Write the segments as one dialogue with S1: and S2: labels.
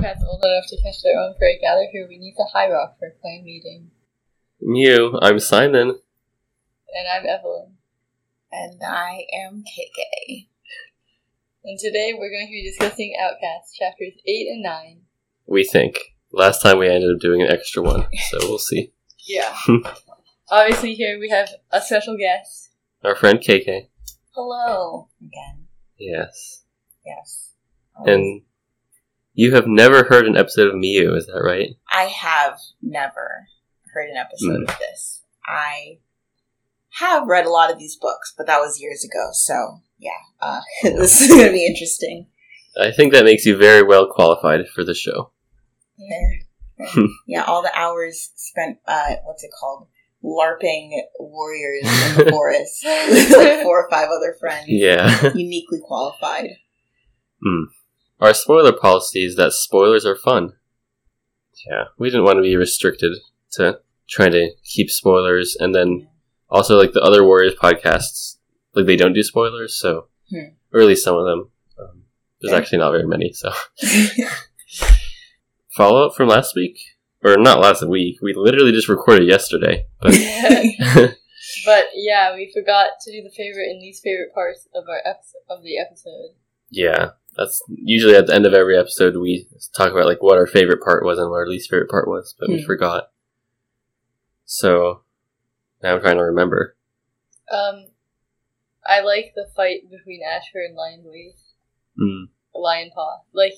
S1: That's old enough to catch their own prey gather here. We need the High Rock for a clan meeting.
S2: And you, I'm Simon.
S1: And I'm Evelyn.
S3: And I am KK.
S1: And today we're going to be discussing Outcasts, chapters 8 and 9.
S2: We think. Last time we ended up doing an extra one, so we'll see.
S1: Yeah. Obviously, here we have a special guest.
S2: Our friend KK.
S3: Hello again.
S2: Yes.
S3: Yes.
S2: And you have never heard an episode of Mew, is that right?
S3: I have never heard an
S2: Hmm.
S3: episode of this. I have read a lot of these books, but that was years ago. So yeah, uh, this is going to be interesting.
S2: I think that makes you very well qualified for the show.
S3: Yeah.
S2: Hmm.
S3: yeah, all the hours spent, uh, what's it called? LARPing warriors in the forest with like four or five other friends.
S2: Yeah.
S3: Uniquely qualified.
S2: Our spoiler policy is that spoilers are fun. Yeah, we didn't want to be restricted to trying to keep spoilers, and then also like the other Warriors podcasts, like they don't do spoilers, so
S3: Hmm.
S2: or at least some of them. Um, there's
S3: Yeah.
S2: actually not very many. So follow up from last week, or not last week. We literally just recorded yesterday, but
S1: but yeah, we forgot to do the favorite and least favorite parts of our episode, of the episode.
S2: Yeah, that's usually at the end of every episode we talk about like what our favorite part was and what our least favorite part was, but we
S3: Hmm.
S2: forgot. So now I'm trying to remember.
S1: Um, I like the fight between Asher and Lion Lee,
S2: Mm.
S1: Lion Paw. Like,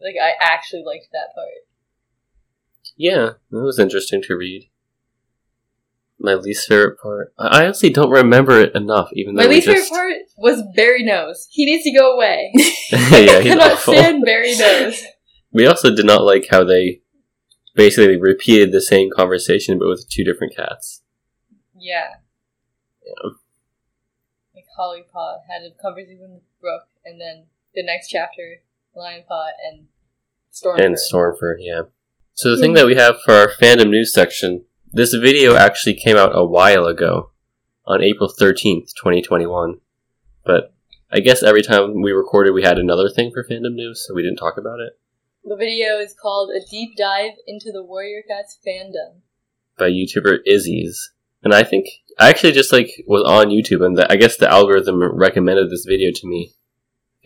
S1: like I actually liked that part.
S2: Yeah, it was interesting to read. My least favorite part. I I honestly don't remember it enough, even though
S1: My
S2: we
S1: least
S2: just...
S1: favorite part was Barry Nose. He needs to go away.
S2: yeah,
S1: I
S2: he's
S1: cannot
S2: awful.
S1: stand Barry Nose.
S2: We also did not like how they basically repeated the same conversation but with two different cats.
S1: Yeah.
S2: Yeah.
S1: Like Holly Paw had a conversation with Brooke, and then the next chapter, Lion Paw and Storm.
S2: and
S1: Bird.
S2: Stormford, yeah. So
S1: Hmm.
S2: the thing that we have for our fandom news section, this video actually came out a while ago, on April thirteenth, twenty twenty one. But I guess every time we recorded, we had another thing for fandom news, so we didn't talk about it.
S1: The video is called A Deep Dive into the Warrior Cats Fandom.
S2: By YouTuber Izzy's, and I think I actually just like was on YouTube, and the, I guess the algorithm recommended this video to me.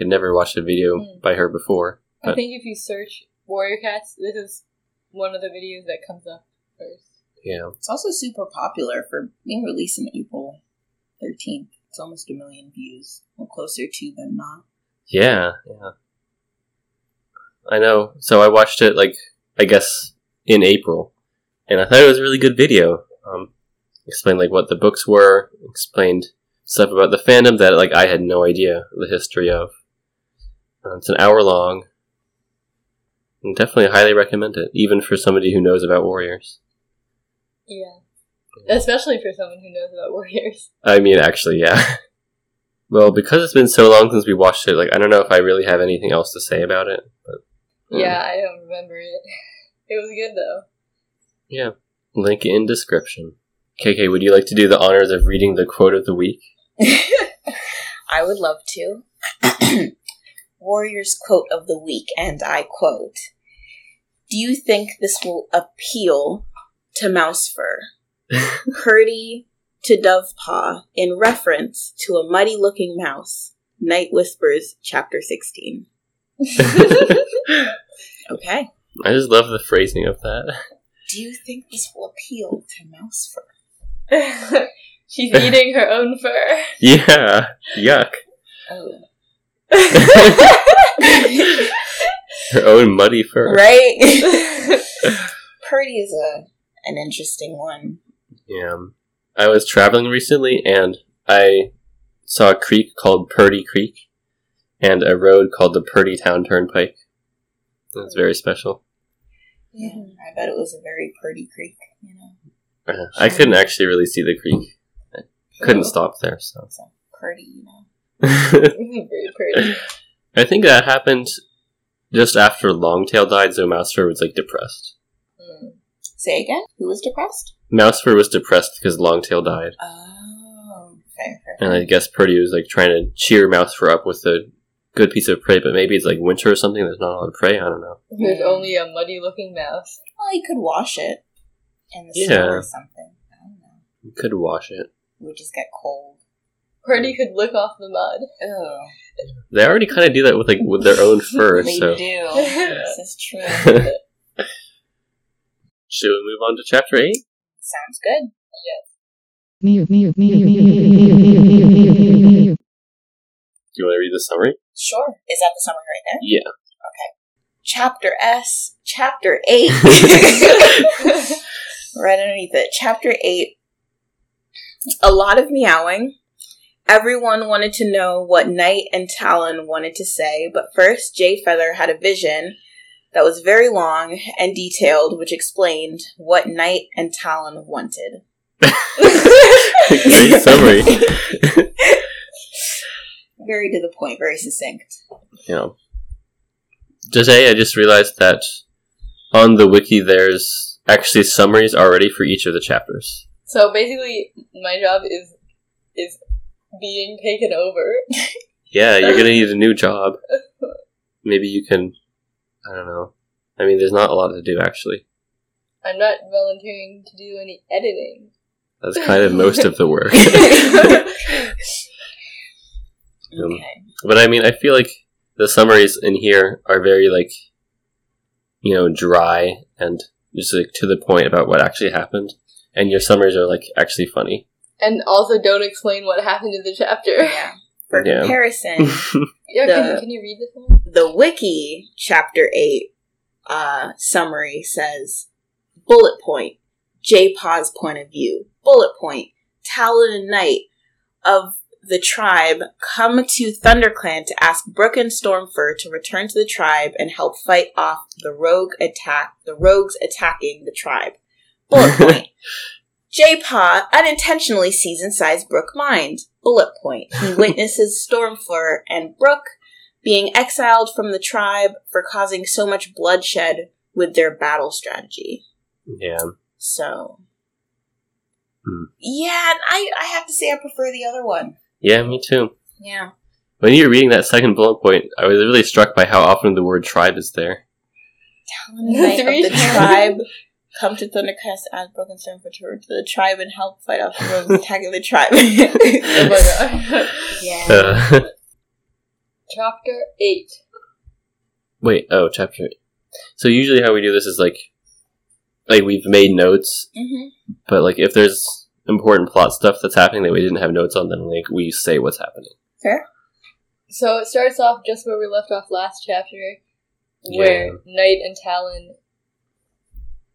S2: I'd never watched a video
S1: Hmm.
S2: by her before.
S1: I
S2: But-
S1: think if you search Warrior Cats, this is one of the videos that comes up first.
S2: Yeah,
S3: It's also super popular for being released in April 13th. It's almost a million views. Well, closer to than not.
S2: Yeah, yeah. I know. So I watched it like I guess in April, and I thought it was a really good video. Um, explained like what the books were, explained stuff about the fandom that like I had no idea the history of. Uh, it's an hour long. And definitely highly recommend it, even for somebody who knows about warriors.
S1: Yeah. Especially for someone who knows about warriors.
S2: I mean, actually, yeah. well, because it's been so long since we watched it, like I don't know if I really have anything else to say about it. But,
S1: Yeah, I don't remember it. It was good though.
S2: Yeah. Link in description. KK, would you like to do the honors of reading the quote of the week?
S3: I would love to. Warrior's quote of the week, and I quote Do you think this will appeal to Mousefur, Purdy to Dovepaw, in reference to a muddy looking mouse? Night Whispers, Chapter 16. Okay.
S2: I just love the phrasing of that.
S3: Do you think this will appeal to Mousefur?
S1: She's eating her own fur.
S2: Yeah. Yuck.
S3: Oh.
S2: Her own muddy fur.
S3: Right? Purdy is a an interesting one.
S2: Yeah. I was traveling recently and I saw a creek called Purdy Creek and a road called the Purdy Town Turnpike. That's very special.
S3: Yeah, I bet it was a very Purdy creek. You know,
S2: Uh, I couldn't actually really see the creek. Couldn't stop there, so.
S3: It's a Purdy, you know.
S1: Very pretty.
S2: I think that happened just after Longtail died, so Mousefur was like depressed.
S1: Mm.
S3: Hmm. Say again. Who was depressed?
S2: Mousefur was depressed because Longtail died,
S3: Oh, fair, fair.
S2: and I guess Purdy was like trying to cheer Mousefur up with the good piece of prey, but maybe it's like winter or something. There's not a lot of prey. I don't know.
S1: There's only a muddy looking mouse.
S3: Well, you could wash it in the snow
S2: Yeah.
S3: or something. I don't know.
S2: You could wash it.
S3: It would just get cold.
S1: Pretty could lick off the mud.
S3: Ugh.
S2: They already kind of do that with like with their own fur.
S3: they
S2: so
S3: do. this is true.
S2: should we move on to chapter eight?
S3: Sounds good.
S4: Mew, mew, mew, mew, mew, mew, mew, mew, mew, mew, mew.
S2: Do you want to read the summary?
S3: Sure. Is that the summary right there?
S2: Yeah.
S3: Chapter S, Chapter 8. right underneath it. Chapter 8. A lot of meowing. Everyone wanted to know what Knight and Talon wanted to say, but first, Jay Feather had a vision that was very long and detailed, which explained what Knight and Talon wanted.
S2: Great summary.
S3: Very to the point, very succinct.
S2: you know. Today, I just realized that on the wiki, there's actually summaries already for each of the chapters.
S1: so basically, my job is is being taken over.
S2: Yeah, you're gonna need a new job. Maybe you can. I don't know. I mean, there's not a lot to do actually.
S1: I'm not volunteering to do any editing.
S2: That's kind of most of the work. Um,
S3: Okay.
S2: But I mean, I feel like the summaries in here are very like, you know, dry and just like to the point about what actually happened. And your summaries are like actually funny.
S1: and also, don't explain what happened in the chapter.
S3: Yeah. For
S2: Yeah.
S3: comparison,
S1: Yeah, can,
S3: The-
S1: can you read this one?
S3: the wiki chapter 8 uh, summary says bullet point j paw's point of view bullet point talon and knight of the tribe come to thunderclan to ask brook and stormfur to return to the tribe and help fight off the rogue attack the rogues attacking the tribe bullet point J Paw unintentionally sees inside Brook mind. Bullet point. He witnesses Stormfleur and Brook being exiled from the tribe for causing so much bloodshed with their battle strategy.
S2: yeah.
S3: So.
S2: Hmm.
S3: Yeah, and I, I have to say I prefer the other one.
S2: Yeah, me too.
S3: Yeah.
S2: When you were reading that second bullet point, I was really struck by how often the word tribe is there.
S3: Knight of
S1: Three
S3: the tribe come to Thundercast as Brook and Stormfur to return to the tribe and help fight off the rogues attacking the tribe.
S1: Oh my god.
S3: yeah.
S2: Uh,
S1: chapter 8.
S2: wait, oh, chapter. eight. So usually how we do this is like, like we've made notes,
S3: Mhm.
S2: but like if there's important plot stuff that's happening that we didn't have notes on, then like we say what's happening.
S1: So it starts off just where we left off last chapter, where Knight and Talon,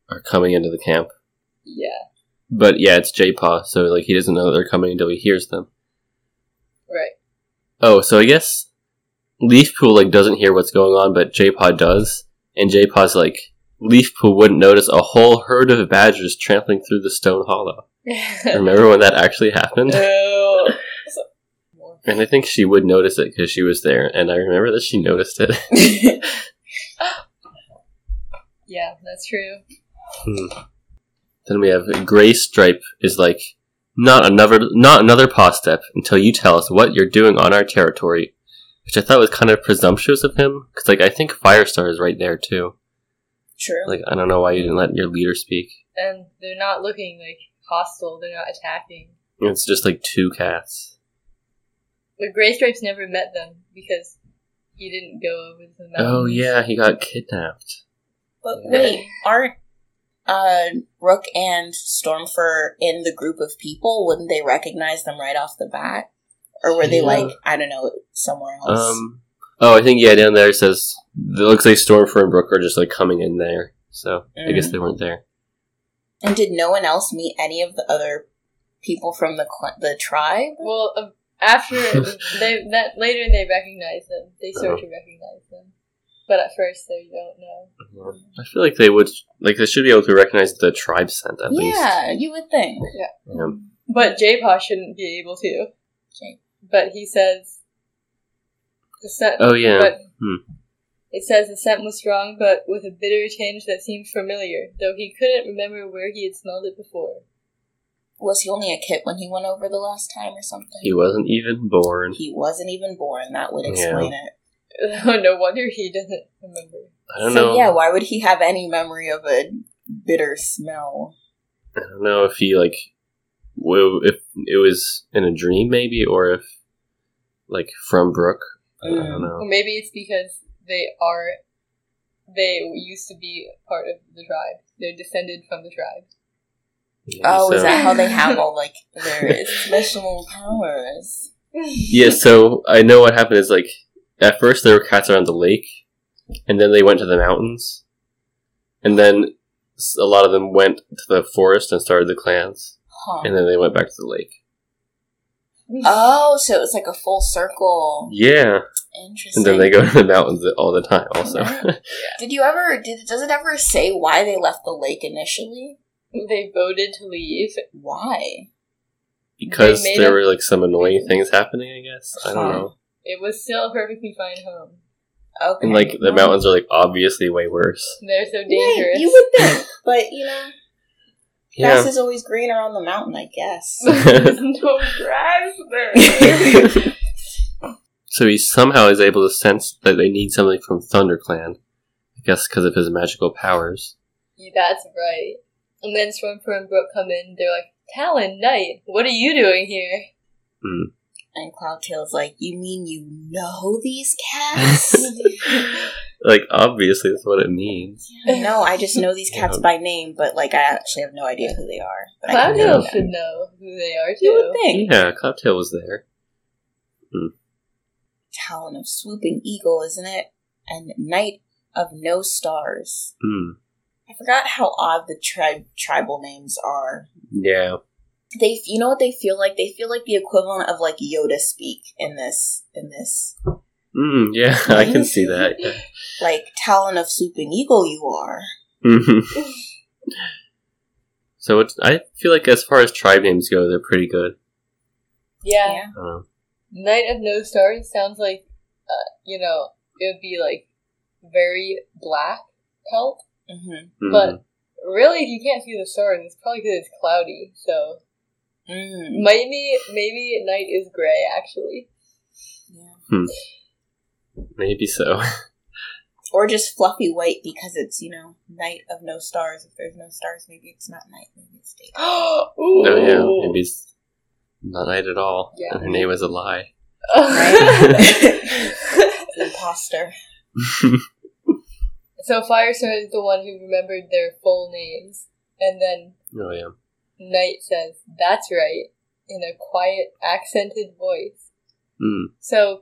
S2: Are coming into the camp,
S1: yeah,
S2: but yeah, it's J Paw, so like he doesn't know they're coming until he hears them.
S1: right.
S2: Oh, so I guess Leafpool like doesn't hear what's going on, but J-Pod does, and J-Pod's like Leafpool wouldn't notice a whole herd of badgers trampling through the stone hollow. Remember when that actually happened?
S1: Ew.
S2: And I think she would notice it because she was there, and I remember that she noticed it.
S1: yeah, that's true.
S2: then we have Gray Stripe is like not another not another paw step until you tell us what you're doing on our territory, which I thought was kind of presumptuous of him because like I think Firestar is right there too.
S3: True.
S2: Like I don't know why you didn't let your leader speak.
S1: And they're not looking like hostile, they're not attacking.
S2: It's just like two cats.
S1: But Grey Stripes never met them because he didn't go over to the mountains.
S2: Oh yeah, he got kidnapped.
S3: But
S2: Yeah.
S3: wait, aren't uh, Rook and Stormfur in the group of people? Wouldn't they recognize them right off the bat? Or were they
S2: Yeah.
S3: like I don't know somewhere else?
S2: Um. Oh, I think yeah, down there it says it looks like Stormfur and Brook are just like coming in there. So I guess they weren't there.
S3: and did no one else meet any of the other people from the cl- the tribe?
S1: Well, uh, after they that later they recognize them. They
S2: Uh-huh.
S1: start to recognize them, but at first they don't know.
S2: I feel like they would like they should be able to recognize the tribe scent at least.
S3: yeah, you would think.
S2: Yeah.
S1: But J-Paw shouldn't be able to.
S3: J-
S1: But he says the scent.
S2: Oh yeah.
S1: But
S2: Hmm.
S1: it says the scent was strong, but with a bitter tinge that seemed familiar, though he couldn't remember where he had smelled it before.
S3: Was he only a kid when he went over the last time or something?
S2: he wasn't even born.
S3: He wasn't even born. That would explain it.
S1: Oh, no wonder he doesn't remember.
S2: I don't
S3: so
S2: know.
S3: yeah, why would he have any memory of a bitter smell?
S2: I don't know if he like w- if it was in a dream maybe or if like from Brooke. I, I
S3: Mm.
S2: don't
S1: Or
S2: know.
S1: maybe it's because they are. They used to be part of the tribe. They're descended from the tribe.
S2: Maybe
S3: Oh, is
S2: so.
S3: that how they have all like their special powers?
S2: Yeah, so I know what happened is like at first there were cats around the lake, and then they went to the mountains, and then s- a lot of them went to the forest and started the clans,
S3: Huh.
S2: and then they went back to the lake.
S1: Um,
S3: Oh, so it was like a full circle.
S2: Yeah,
S3: Interesting.
S2: and then they go to the mountains all the time. Also,
S3: Did you ever? Did does it ever say why they left the lake initially?
S1: they voted to leave.
S3: Why?
S2: because
S1: They made
S2: there
S1: up-
S2: were like some annoying things happening. I guess I don't know.
S1: It was still a perfectly fine home.
S3: Okay.
S2: And like the
S3: Well,
S2: mountains are like obviously way worse.
S1: They're so
S3: Yeah,
S1: dangerous.
S3: you would think, but you know, grass
S2: Yeah,
S3: is always greener on the mountain. I guess.
S1: There's no
S3: Oh,
S1: grass there.
S2: so he somehow is able to sense that they need something from ThunderClan. I guess because of his magical powers.
S1: Yeah, That's right. And then Stormfur and Brooke come in. They're like, Talon Knight, what are you doing here?
S3: and Cloudtail's like, "You mean you know these cats?"
S2: like obviously that's what it means.
S3: no, I just know these cats
S2: Yeah.
S3: by name, but like I actually have no idea who they are. But I can
S1: Cloudtail
S3: name them.
S1: should know who they are
S3: You would
S1: too.
S3: think
S2: Yeah, Cloudtail was there.
S3: Talon of Swooping Eagle, isn't it? And Night of No Stars.
S2: Mm.
S3: I forgot how odd the tri- tribal names are.
S2: Yeah,
S3: They, you know what they feel like? They feel like the equivalent of like Yoda speak in this, in this,
S2: mm, yeah, I can see that. yeah.
S3: like Talon of Swooping Eagle. You are.
S2: Mhm. so it's, I feel like as far as tribe names go, they're pretty good.
S1: Yeah.
S3: Yeah.
S2: Um,
S1: Night of No Stars sounds like, uh, you know, it would be like very black pelt.
S3: Mm-hmm.
S2: mm.
S1: But- Really, if you can't see the stars, it's probably because it's cloudy. So
S3: Mm.
S1: maybe maybe night is gray actually.
S3: Yeah.
S2: maybe so.
S3: Or just fluffy white because it's you know night of no stars. If there's no stars, maybe it's not night. Maybe it's day.
S1: oh
S2: No, yeah, maybe it's not night at all.
S1: Yeah.
S2: And her name is a lie.
S3: Imposter.
S1: so Firestar is the one who remembered their full names, and then
S2: Oh yeah.
S1: Knight says, "That's right," in a quiet, accented voice. Hmm.
S2: Mm.
S1: So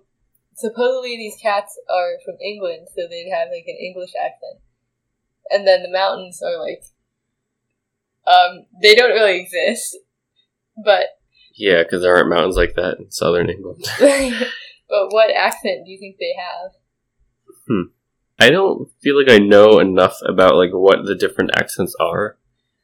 S1: supposedly these cats are from England, so they'd have like an English accent. And then the mountains are like um they don't really exist. But
S2: Yeah, because there aren't mountains like that in southern England.
S1: but what accent do you think they have?
S2: I don't feel like I know enough about like what the different accents are,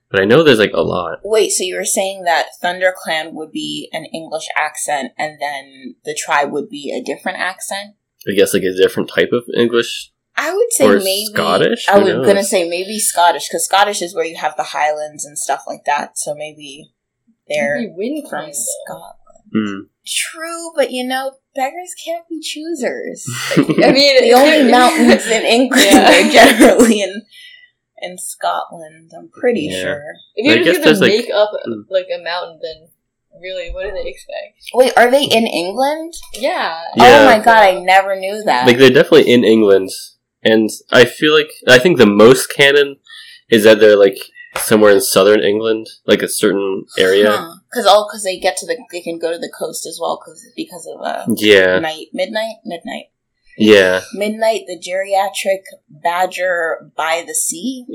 S2: but I know there's like a lot.
S3: Wait, so you were saying that Thunder Clan would be an English accent, and then the tribe would be a different accent?
S2: I guess like a different type of English.
S3: I would say
S2: Or
S3: maybe
S2: Scottish?
S3: I
S2: Who
S3: was
S2: knows?
S3: gonna say maybe Scottish because Scottish is where you have the Highlands and stuff like that. So maybe they're
S1: Maybe wind
S3: from
S1: kind, though.
S3: Scotland.
S2: Mm.
S1: Hmm.
S3: True, but you know, beggars can't be choosers.
S1: I mean
S3: the only mountains in England
S1: Yeah.
S3: are generally in in Scotland. I'm pretty
S2: Yeah.
S3: sure.
S1: If
S2: I
S1: you're
S2: guess
S1: just gonna
S2: there's, like-
S1: make up
S2: Mm.
S1: like a mountain, then really, what do they expect?
S3: Wait, are they in England?
S1: Yeah,
S2: Yeah.
S3: Oh my god, I never knew that.
S2: Like they're definitely in England, and I feel like I think the most canon is that they're like somewhere in southern England, like a certain area.
S3: Because all because they get to the they can go to the coast as well because because of uh,
S2: Yeah,
S3: night midnight midnight
S2: yeah.
S3: midnight the geriatric badger by the sea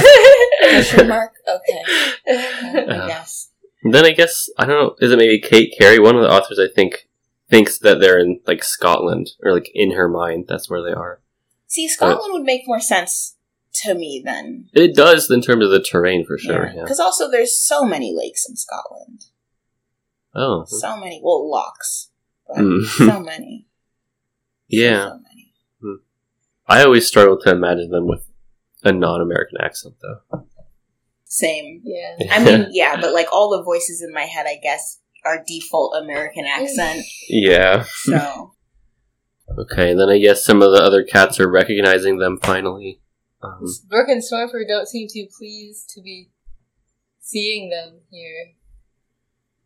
S3: question mark okay Um,
S1: yeah.
S2: Uh.
S3: yes
S2: Then I guess I don't know. Is it maybe Kate Carey? One of the authors I think thinks that they're in like Scotland or like in her mind. That's where they are.
S3: see Scotland would make more sense to me then
S2: It does in terms of the terrain for sure. Yeah.
S3: because also there's so many lakes in Scotland
S2: Oh.
S3: so many well locks but
S2: Mm.
S3: so many
S2: Yeah.
S3: so many.
S2: I always struggle to imagine them with a non-American accent, though.
S3: same
S1: yeah.
S3: I mean yeah but like all the voices in my head I guess are default American accent
S2: yeah.
S3: so
S2: Okay, and then I guess some of the other cats are recognizing them finally. Um,
S1: Brook and Stormford don't seem too pleased to be seeing them here.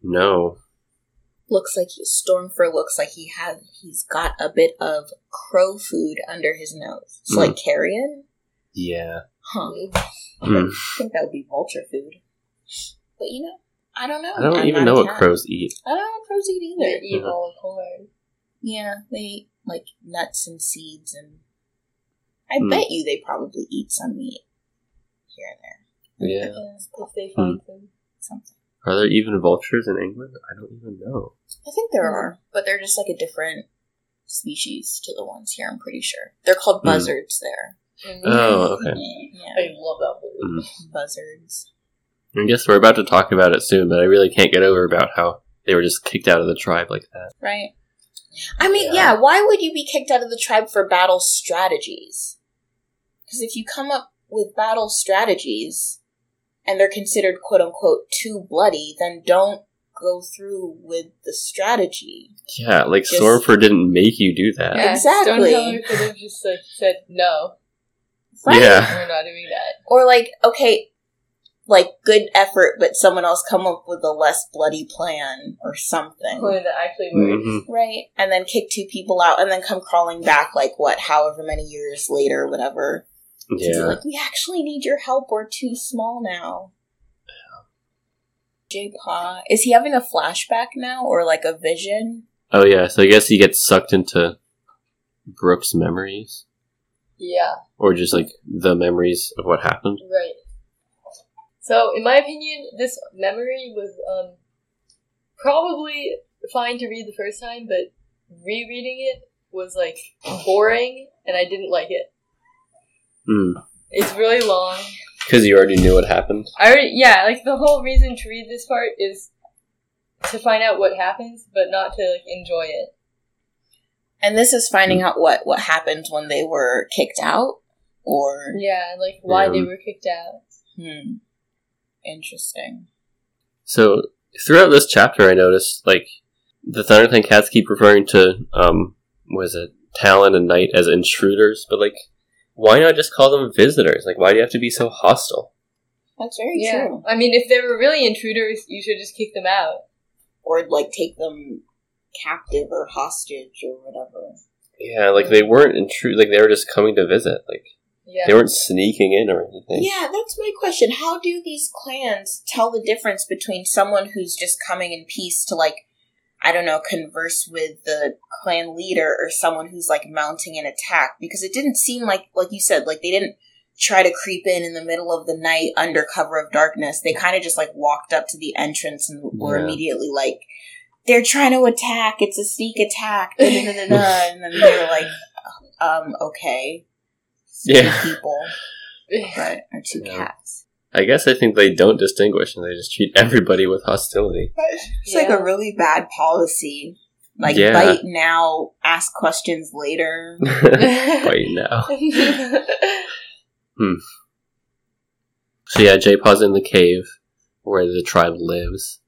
S2: no.
S3: Looks like he, Stormfur looks like he had he's got a bit of crow food under his nose.
S2: Hmm.
S3: It's like carrion.
S2: Yeah.
S3: Huh.
S2: Mm.
S3: I think that would be vulture food. But you know, I don't know.
S2: I don't e-
S3: I'm
S2: even
S3: not
S2: know
S3: a
S2: what
S3: cat.
S2: crows eat.
S3: I don't know what crows eat
S1: They
S3: either.
S1: eat
S2: Mhm.
S1: all the corn.
S3: Yeah, they eat like nuts and seeds, and I
S2: Mm.
S3: bet you they probably eat some meat here and there.
S2: Yeah.
S1: If
S3: Hmm.
S1: they find them.
S3: Something.
S2: Are there even vultures in England? I don't even know.
S3: I think there
S1: Mm.
S3: are, but they're just like a different species to the ones here. I'm pretty sure they're called
S2: Mm.
S3: buzzards there.
S2: Oh, okay.
S3: Yeah,
S1: I love that word.
S2: Mm.
S3: buzzards.
S2: I guess we're about to talk about it soon, but I really can't get over about how they were just kicked out of the tribe like that.
S3: Right. I mean,
S2: Yeah.
S3: yeah. Why would you be kicked out of the tribe for battle strategies? Because if you come up with battle strategies and they're considered "quote unquote" too bloody, then don't go through with the strategy.
S2: Yeah, like
S3: Just-
S2: Stormford didn't make you do that.
S3: Yeah. Exactly.
S1: Stoneheller could have just like said no.
S2: Yeah.
S1: We're not doing that.
S3: Or like, okay, like good effort, but someone else come up with a less bloody plan or something.
S1: One that actually works.
S2: hmm
S3: Right. And then kick two people out and then come crawling back like what, however many years later, whatever. To be
S2: Yeah.
S3: like, we actually need your help. We're too small now. J Pa is he having a flashback now or like a vision?
S2: Oh, yeah. So I guess he gets sucked into Brooke's memories,
S1: Yeah,
S2: or just like the memories of what happened.
S1: right. So, in my opinion, this memory was um, probably fine to read the first time, but rereading it was like boring and I didn't like it.
S3: Hmm.
S2: Because
S1: It's really long.
S2: you already knew what happened.
S1: I already, yeah, like the whole reason to read this part is to find out what happens, but not to like enjoy it.
S3: And this is finding out what what happened when they were kicked out or
S1: Yeah, and, like why they
S2: Yeah.
S1: were kicked out.
S3: hmm. Interesting.
S2: So throughout this chapter, I noticed like the Thunderclan cats keep referring to um was it Talon and Knight as intruders, but like why not just call them visitors? Like why do you have to be so hostile?
S3: That's very
S1: Yeah,
S3: true.
S1: I mean, if they were really intruders, you should just kick them out.
S3: Or like take them captive or hostage or whatever.
S2: Yeah, like they weren't intrude. Like they were just coming to visit. Like
S1: Yeah,
S2: they weren't sneaking in or anything.
S3: Yeah, that's my question. How do these clans tell the difference between someone who's just coming in peace to like I don't know, converse with the clan leader or someone who's like mounting an attack because it didn't seem like like you said like they didn't try to creep in in the middle of the night under cover of darkness. They kind of just like walked up to the entrance and were
S2: Yeah.
S3: immediately like they're trying to attack. It's a sneak attack. Da, da, da, da, da. and then they were like um okay.
S2: Yeah.
S3: Two people, right? Or two
S2: Yeah.
S3: cats.
S2: I guess I think they don't distinguish and they just treat everybody with hostility.
S3: It's like a really bad policy. Like
S2: Yeah.
S3: bite now, ask questions later.
S2: Right now. So yeah, J-Paw's in the cave where the tribe lives.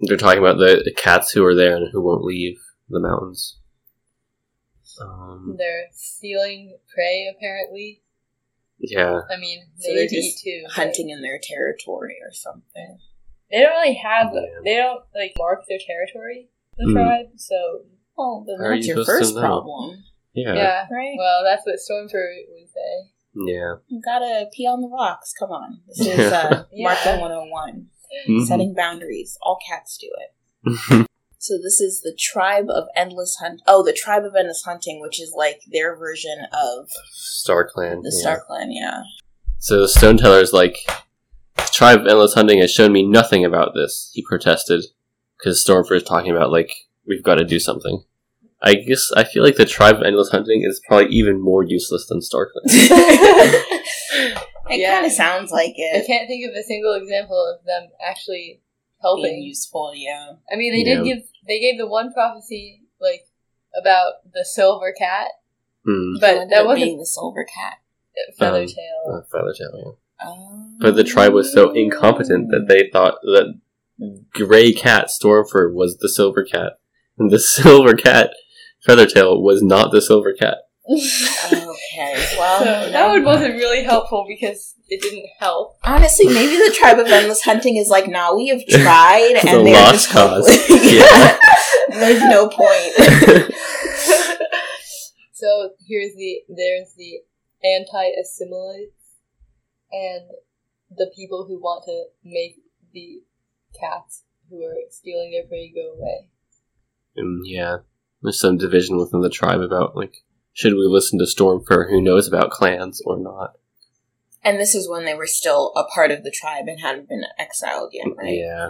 S2: They're talking about the, the cats who are there and who won't leave the mountains. Um,
S1: Mm-hmm. They're stealing prey. Apparently,
S2: yeah,
S1: I mean, they
S3: So
S1: need
S3: they're
S1: to eat
S3: just
S1: too. but
S3: Hunting in their territory or something.
S1: They don't really have.
S2: Yeah.
S1: They don't like mark their territory. The
S2: Mm.
S1: tribe. So
S3: Well, then
S2: How are
S3: that's
S2: you
S3: your
S2: supposed to
S3: first
S2: know?
S3: problem,
S2: yeah,
S1: yeah.
S2: yeah,
S3: right?
S1: Well, that's what Stormford would say.
S3: You gotta pee on the rocks. Come on. This is
S2: Yeah.
S3: uh,
S1: Yeah.
S3: Marking 101.
S2: Mhm.
S3: Setting boundaries. All cats do it. So this is the tribe of endless hunt. Oh, the tribe of endless hunting, which is like their version of
S2: Star Clan.
S3: the
S2: yeah.
S3: Star Clan. Yeah.
S2: So the Stone Teller's like, the tribe of endless hunting has shown me nothing about this. He protested because Stormford is talking about like we've got to do something. I guess I feel like the tribe of endless hunting is probably even more useless than Star Clan.
S3: It
S1: Yeah.
S3: kind of sounds like
S1: I
S3: it.
S1: can't think of a single example of them actually
S3: Being
S1: helping.
S3: useful, yeah.
S1: I mean, they did
S2: Yeah.
S1: give they gave the one prophecy like about the silver cat,
S2: Hmm.
S3: Mm.
S1: but that wasn't
S3: being the silver cat.
S1: feather
S2: Um,
S1: tail.
S2: Uh, Feather Tail, yeah.
S3: Oh.
S2: But the tribe was so incompetent that they thought that gray cat Stormford was the silver cat. And the silver cat Feathertail was not the silver cat.
S3: uh, Okay. Well,
S1: So
S3: you
S1: that
S3: know.
S1: one wasn't really helpful because it didn't help.
S3: honestly, maybe the tribe of endless hunting is like, nah, we have tried,
S2: It's a
S3: and they're
S2: lost
S3: just
S2: cause.
S3: hopeless.
S2: Yeah.
S3: There's no point.
S1: so here's the there's the anti-assimilates and the people who want to make the cats who are stealing their prey go away.
S2: And yeah, there's some division within the tribe about like should we listen to Stormfur, who knows about clans, or not?
S3: And this is when they were still a part of the tribe and hadn't been exiled yet, right?
S2: Yeah,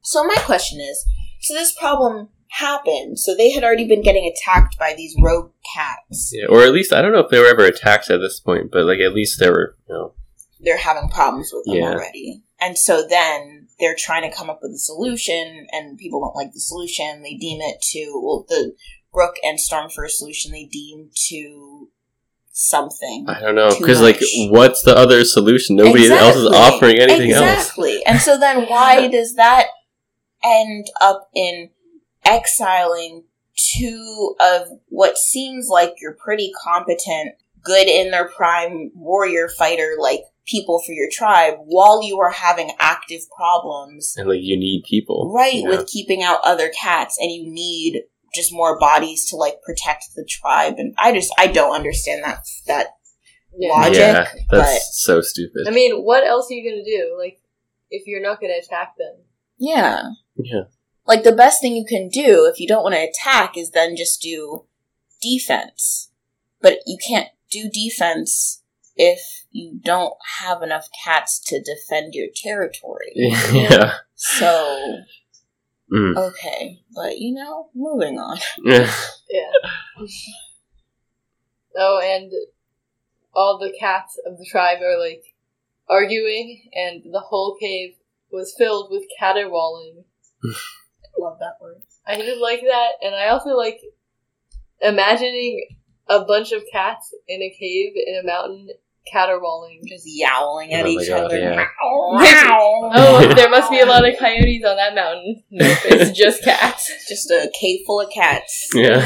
S3: So my question is, so this problem happened. So they had already been getting attacked by these rogue cats.
S2: yeah, or at least I don't know if they were ever attacked at this point, but like at least they were, you know,
S3: They're having problems with them
S2: Yeah.
S3: already. And so then they're trying to come up with a solution and people don't like the solution. They deem it to well the Brook and Stormfur solution they deem to something.
S2: I don't know
S3: Too
S2: because like
S3: much.
S2: what's the other solution? Nobody else is
S3: Exactly.
S2: offering anything else.
S3: exactly. And so then why does that end up in exiling two of what seems like your pretty competent, good in their prime warrior fighter like people for your tribe while you are having active problems
S2: And like you need people,
S3: right
S2: you know?
S3: with keeping out other cats and you need just more bodies to like protect the tribe and I just I don't understand that that Logic,
S2: yeah, that's
S3: but-
S2: so stupid.
S1: I mean, what else are you gonna do? Like, if you're not gonna attack them,
S3: yeah
S2: yeah,
S3: like the best thing you can do if you don't want to attack is then just do defense. But you can't do defense if you don't have enough cats to defend your territory.
S2: yeah.
S3: So
S2: Mm.
S3: okay, but you know, moving on.
S1: yeah. oh, and all the cats of the tribe are like arguing, and the whole cave was filled with caterwauling.
S3: Love that word.
S1: I did like that, and I also like imagining a bunch of cats in a cave in a mountain caterwauling.
S3: Just yowling at
S2: Oh my
S3: each
S2: God,
S3: other.
S2: yeah.
S1: Oh, there must be a lot of coyotes on that mountain. No, it's just cats.
S3: just a cave full of cats.
S2: yeah.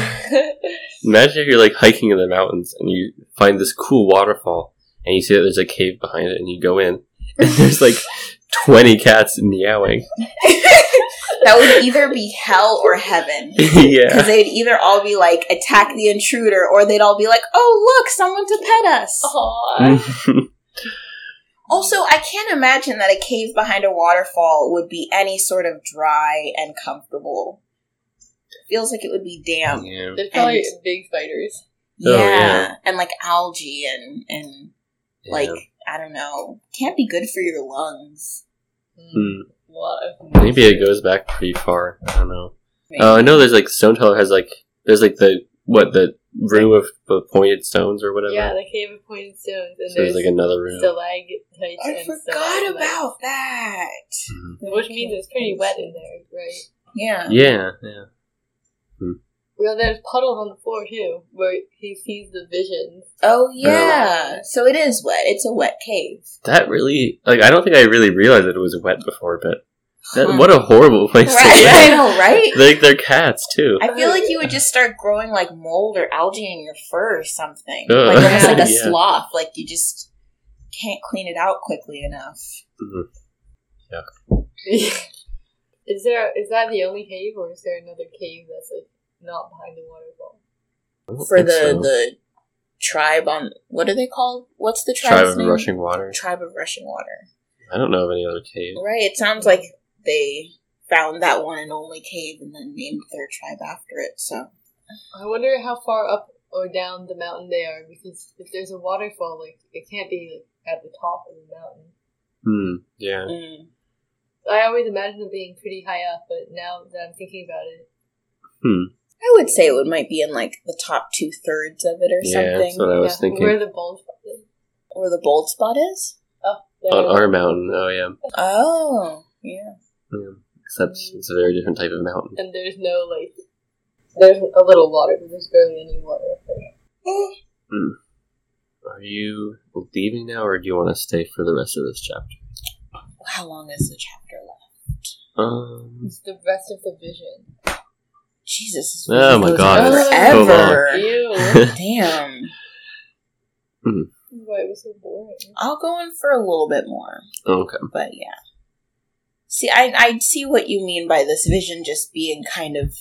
S2: Imagine if you're like hiking in the mountains and you find this cool waterfall and you see that there's a cave behind it and you go in and there's like 20 cats meowing.
S3: that would either be hell or heaven. Because
S2: yeah.
S3: they'd either all be like, attack the intruder, or they'd all be like, oh, look, someone to pet us.
S1: Oh. Aw.
S3: Also, I can't imagine that a cave behind a waterfall would be any sort of dry and comfortable. Feels like it would be damp.
S2: yeah.
S1: There's probably
S3: And-
S1: big spiders.
S3: Yeah.
S2: Oh, yeah.
S3: And like algae and, and like, I don't know. Can't be good for your lungs.
S2: Hmm.
S1: A lot of
S2: Maybe it goes back pretty far. I don't know. Oh, I know there's like Stone Teller has like, there's like the, what, the room of the pointed stones or whatever.
S1: Yeah, the cave of pointed stones, and
S2: so
S1: there's
S2: there's like another room.
S1: stalactites
S3: I
S1: and
S3: forgot
S1: stalagmites.
S3: about that.
S2: Mhm.
S1: Which means it's pretty wet in there, right?
S3: Yeah.
S2: Yeah, yeah.
S1: Well, there's puddles on the floor too, where he sees the visions.
S3: Oh, yeah. So it is wet. It's a wet cave.
S2: That really, like, I don't think I really realized that it was wet before, but that,
S3: Huh.
S2: what a horrible place to
S3: Right.
S2: live.
S3: I know, right?
S2: Like they're cats too.
S3: I feel like you would just start growing like mold or algae in your fur or something.
S2: Ugh.
S3: Like almost like a
S2: Uh, Yeah.
S3: sloth. Like you just can't clean it out quickly enough.
S1: is there is that the only cave, or is there another cave that's like not behind the waterfall?
S2: I don't
S3: For
S2: think
S3: the
S2: so.
S3: the tribe on what are they called? What's the tribe's
S2: tribe of
S3: name?
S2: rushing water.
S3: Tribe of Rushing Water.
S2: I don't know of any other cave.
S3: Right. It sounds like they found that one and only cave and then named their tribe after it, so
S1: I wonder how far up or down the mountain they are, because if there's a waterfall, like it can't be at the top of the mountain.
S2: Hmm. Yeah.
S3: mm.
S1: I always imagined them being pretty high up, but now that I'm thinking about it,
S3: I would say it would might be in like the top two thirds of it or
S2: Yeah. That's
S3: something.
S2: what I was
S1: yeah,
S2: thinking.
S1: where the bald spot is.
S3: Where the bold spot is?
S1: There.
S2: On our mountain. Oh yeah.
S3: Oh. Yeah.
S2: yeah. Except it's a very different type of mountain.
S1: and there's no like there's a little water, but there's barely any water up there.
S2: Are you leaving now, or do you want to stay for the rest of this chapter?
S3: How long is the chapter left?
S2: Um.
S1: It's the rest of the vision.
S3: Jesus. this
S2: Oh my
S3: goes
S2: God,
S1: it's
S3: on
S1: so
S3: Forever.
S1: Ew.
S3: Damn.
S1: Why it was so boring.
S3: I'll go in for a little bit more,
S2: okay.
S3: but yeah. See, I I see what you mean by this vision just being kind of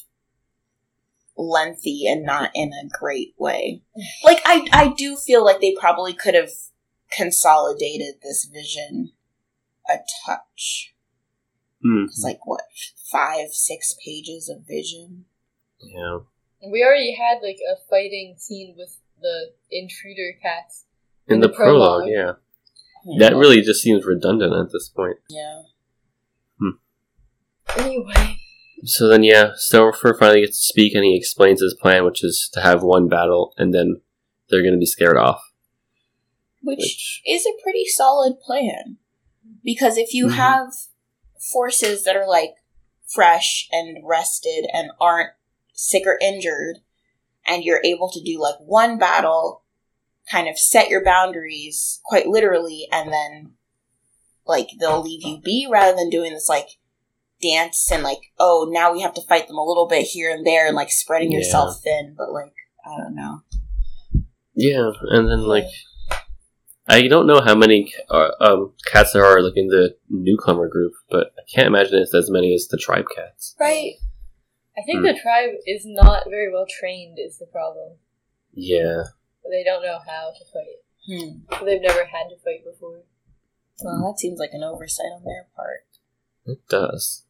S3: lengthy and not in a great way. Like I I do feel like they probably could have consolidated this vision a touch.
S2: Hmm.
S3: It's like what five six pages of vision.
S2: Yeah.
S1: And we already had like a fighting scene with the intruder cats.
S2: In the prologue, yeah.
S3: Hmm.
S2: That really just seems redundant at this point.
S3: yeah.
S1: Anyway, so
S2: So then, yeah, Stouffer finally gets to speak and he explains his plan, which is to have one battle and then they're going to be scared off.
S3: Which
S2: Which,
S3: is a pretty solid plan. Because if you
S2: Mhm.
S3: have forces that are like fresh and rested and aren't sick or injured, and you're able to do like one battle, kind of set your boundaries quite literally, and then like they'll leave you be rather than doing this like dance and like, oh, now we have to fight them a little bit here and there and like spreading
S2: Yeah.
S3: yourself thin, but like, I don't know.
S2: yeah, and then, like, I don't know how many uh, um, cats there are, like, in the newcomer group, but I can't imagine it's as many as the tribe cats.
S3: Right.
S1: I think
S2: Hmm.
S1: the tribe is not very well trained. Is the problem?
S2: Yeah.
S1: They don't know how to fight.
S3: Hmm.
S1: They've never had to fight before.
S3: Well, that seems like an oversight on their part.
S2: It does.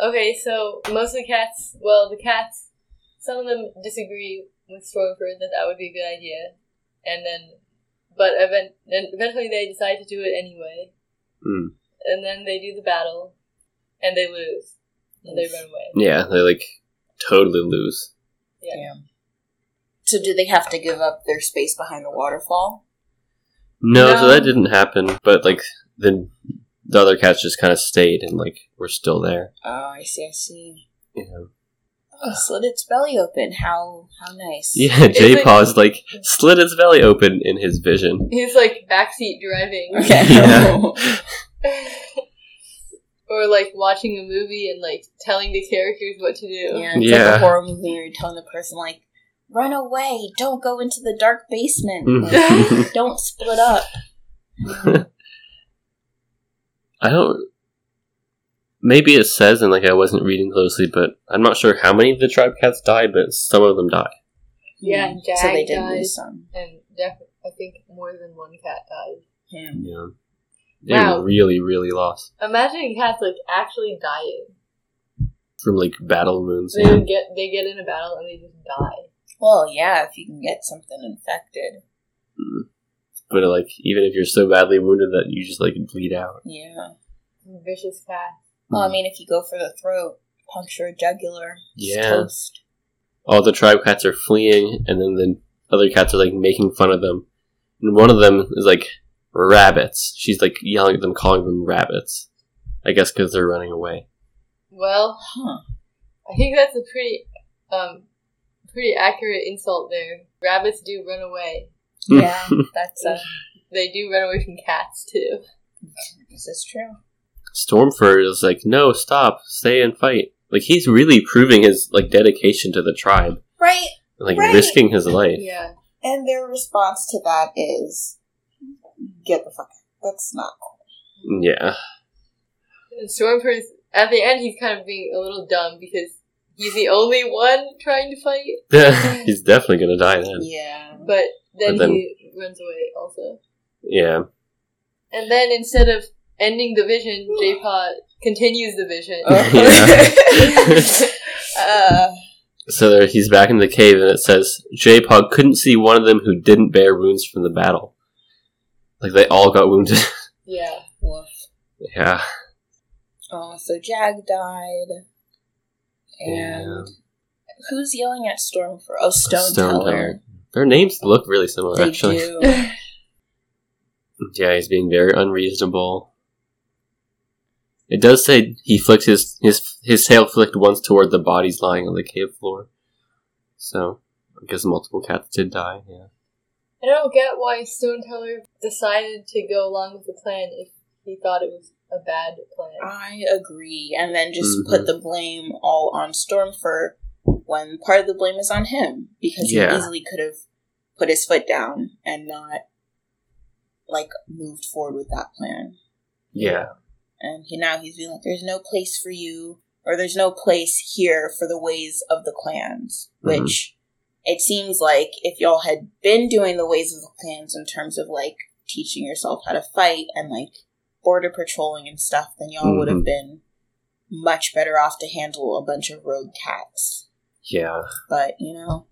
S1: Okay, so most of the cats, well, the cats, some of them disagree with Stormford that that would be a good idea, and then, but event, then eventually they decide to do it anyway,
S2: Mm.
S1: and then they do the battle, and they lose, and they run away.
S2: Yeah, they, like, totally lose.
S3: So do they have to give up their space behind the waterfall?
S2: No, so
S1: No.
S2: that didn't happen, but, like, then the other cats just kind of stayed and, like, were still there.
S3: Oh, I see, I see.
S2: Yeah.
S3: Oh, it slit its belly open. How how nice.
S2: Yeah, J
S1: like-
S2: Paw's like slit his belly open in his vision.
S1: He's like backseat driving,
S3: Okay.
S2: Yeah.
S1: or like watching a movie and like telling the characters what to do.
S3: Yeah, it's like
S2: Yeah.
S3: a horror movie where you're telling the person like, run away, don't go into the dark basement.
S2: Mm.
S3: Like, don't split up.
S2: I don't. Maybe it says, and like I wasn't reading closely, but I'm not sure how many of the tribe cats die, but some of them die.
S1: Yeah,
S3: Hmm.
S1: Jag
S3: so they did
S1: dies.
S3: lose some.
S1: And def- I think more than one cat died.
S3: Hmm.
S2: Yeah. They
S1: Wow.
S2: really, really lost
S1: Imagine cats like actually dying.
S2: from like battle wounds.
S1: They would get they get in a battle and they just die.
S3: Well, yeah, if you can get something infected.
S2: But like, even if you're so badly wounded that you just like bleed out.
S3: Yeah.
S1: Vicious cat.
S3: Well,
S2: Hmm.
S3: I mean, if you go for the throat, puncture a jugular. it's
S2: Yeah.
S3: toast.
S2: all the tribe cats are fleeing, and then the other cats are like making fun of them. And one of them is like rabbits. She's like yelling at them, calling them rabbits. I guess because they're running away.
S1: Well,
S3: Huh.
S1: I think that's a pretty um pretty accurate insult there. Rabbits do run away.
S2: Hmm.
S3: Yeah, that's uh,
S1: They do run away from cats too.
S3: this is true.
S2: Stormfur is like, no, stop, stay and fight. Like he's really proving his like dedication to the tribe,
S3: Right,
S2: like
S3: Right.
S2: risking his life.
S1: Yeah.
S3: and their response to that is, "Get the fuck." out. That's not.
S2: Yeah,
S1: And Stormfur's at the end he's kind of being a little dumb because he's the only one trying to fight,
S2: he's definitely gonna die then.
S3: Yeah,
S1: but then,
S2: But then-
S1: he runs away also.
S2: Yeah,
S1: And then instead of ending the vision, J Pod continues the vision.
S2: Oh.
S3: uh,
S2: so there, he's back in the cave, and it says J Pog couldn't see one of them who didn't bear wounds from the battle. Like they all got wounded.
S1: yeah.
S3: woof.
S2: yeah,
S3: Oh, so Jag died,
S2: yeah.
S3: and who's yelling at Storm for? Oh, Stone,
S2: Stone
S3: Teller.
S2: Their names look really similar,
S3: They
S2: actually.
S3: do.
S2: Yeah, he's being very unreasonable. It does say he flicked his his his tail flicked once toward the bodies lying on the cave floor. So I guess multiple cats did die. Yeah,
S1: I don't get why Stone Teller decided to go along with the plan if he thought it was a bad plan.
S3: I agree. And then just
S2: Mhm.
S3: put the blame all on Stormfur when part of the blame is on him because
S2: Yeah.
S3: he easily could have put his foot down and not like moved forward with that plan.
S2: Yeah.
S3: And he now he's being like, "There's no place for you, or there's no place here for the ways of the clans."
S2: Mhm.
S3: Which it seems like if y'all had been doing the ways of the clans in terms of like teaching yourself how to fight and like border patrolling and stuff, then y'all would have been much better off to handle a bunch of rogue cats.
S2: Yeah.
S3: But you know,